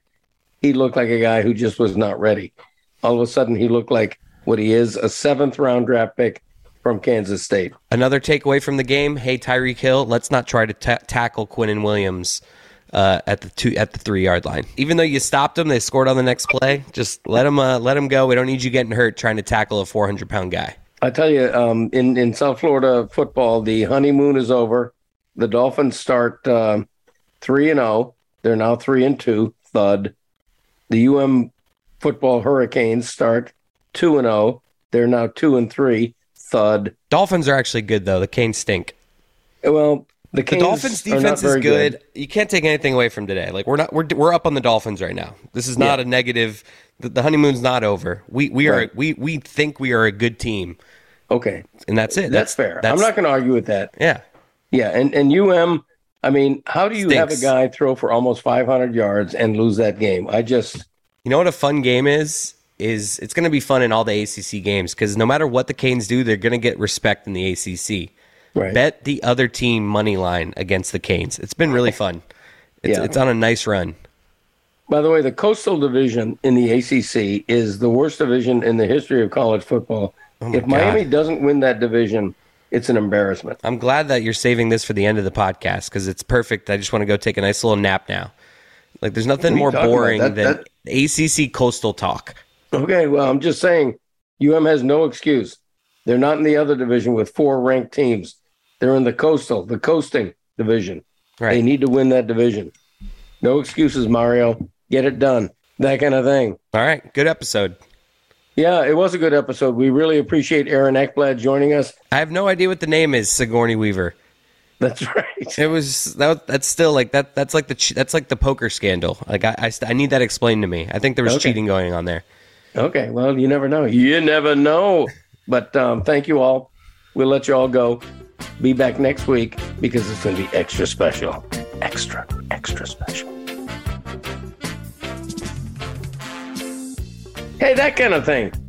Speaker 11: he looked like a guy who just was not ready. All of a sudden he looked like what he is, a seventh round draft pick from Kansas State.
Speaker 4: Another takeaway from the game: Hey, Tyreek Hill, let's not try to ta tackle Quinn and Williams uh, at the two at the three yard line. Even though you stopped them, they scored on the next play. Just let them uh, let them go. We don't need you getting hurt trying to tackle a four hundred pound guy.
Speaker 11: I tell you, um, in in South Florida football, the honeymoon is over,
Speaker 1: The Dolphins start um, three and zero. They're now three and two. Thud. The UM football Hurricanes start two and zero. They're now two and three. Thud.
Speaker 4: Dolphins are actually good though. The Canes stink.
Speaker 1: Well, the,
Speaker 4: The
Speaker 1: Canes
Speaker 4: Dolphins
Speaker 1: are not
Speaker 4: defense is
Speaker 1: very
Speaker 4: good. You can't take anything away from today. Like we're not we're we're up on the Dolphins right now. This is not a negative. The, the honeymoon's not over. We we are
Speaker 1: Right.
Speaker 4: we we think we are a good team,
Speaker 1: Okay,
Speaker 4: and that's it.
Speaker 1: that's, fair. I'm
Speaker 4: that's-
Speaker 1: not going to argue with that.
Speaker 4: Yeah.
Speaker 1: Yeah, and and UM. I mean, how do you have a
Speaker 4: Stinks.
Speaker 1: guy throw for almost 500 yards and lose that game? I just
Speaker 4: You know what a fun game is? Is it's going to be fun in all the ACC games because no matter what the Canes do, they're going to get respect in the ACC.
Speaker 1: Right.
Speaker 4: Bet the other team money line against the Canes. It's been really fun. It's,
Speaker 1: Yeah.
Speaker 4: it's on a nice run.
Speaker 1: By the way, the Coastal Division in the ACC is the worst division in the history of college football.
Speaker 4: Oh
Speaker 1: if Miami doesn't win that division, it's an embarrassment.
Speaker 4: I'm glad that you're saving this for the end of the podcast because it's perfect. I just want to go take a nice little nap now. Like, there's nothing
Speaker 1: What are you
Speaker 4: more
Speaker 1: talking about?
Speaker 4: boring
Speaker 1: That-
Speaker 4: than ACC coastal talk.
Speaker 1: Okay, well, I'm just saying UM has no excuse. They're not in the other division with four ranked teams. They're in the Coastal, the coasting division.
Speaker 4: Right.
Speaker 1: They need to win that division. No excuses, Mario. Get it done. That kind of thing.
Speaker 4: All right, good episode.
Speaker 1: Yeah, it was a good episode. We really appreciate Aaron Eckblad joining us.
Speaker 4: I have no idea what the name is, Sigourney Weaver.
Speaker 1: That's (laughs) right.
Speaker 4: It was that. was- That's still like that. That's like the ch- that's like the poker scandal. Like I, I, st- I need that explained to me. I think there was
Speaker 1: Okay.
Speaker 4: cheating going on there.
Speaker 1: Okay, well, you never know. You never know. But um, thank you all. We'll let you all go. Be back next week because it's going to be extra special. Extra, extra special. Hey, that kind of thing.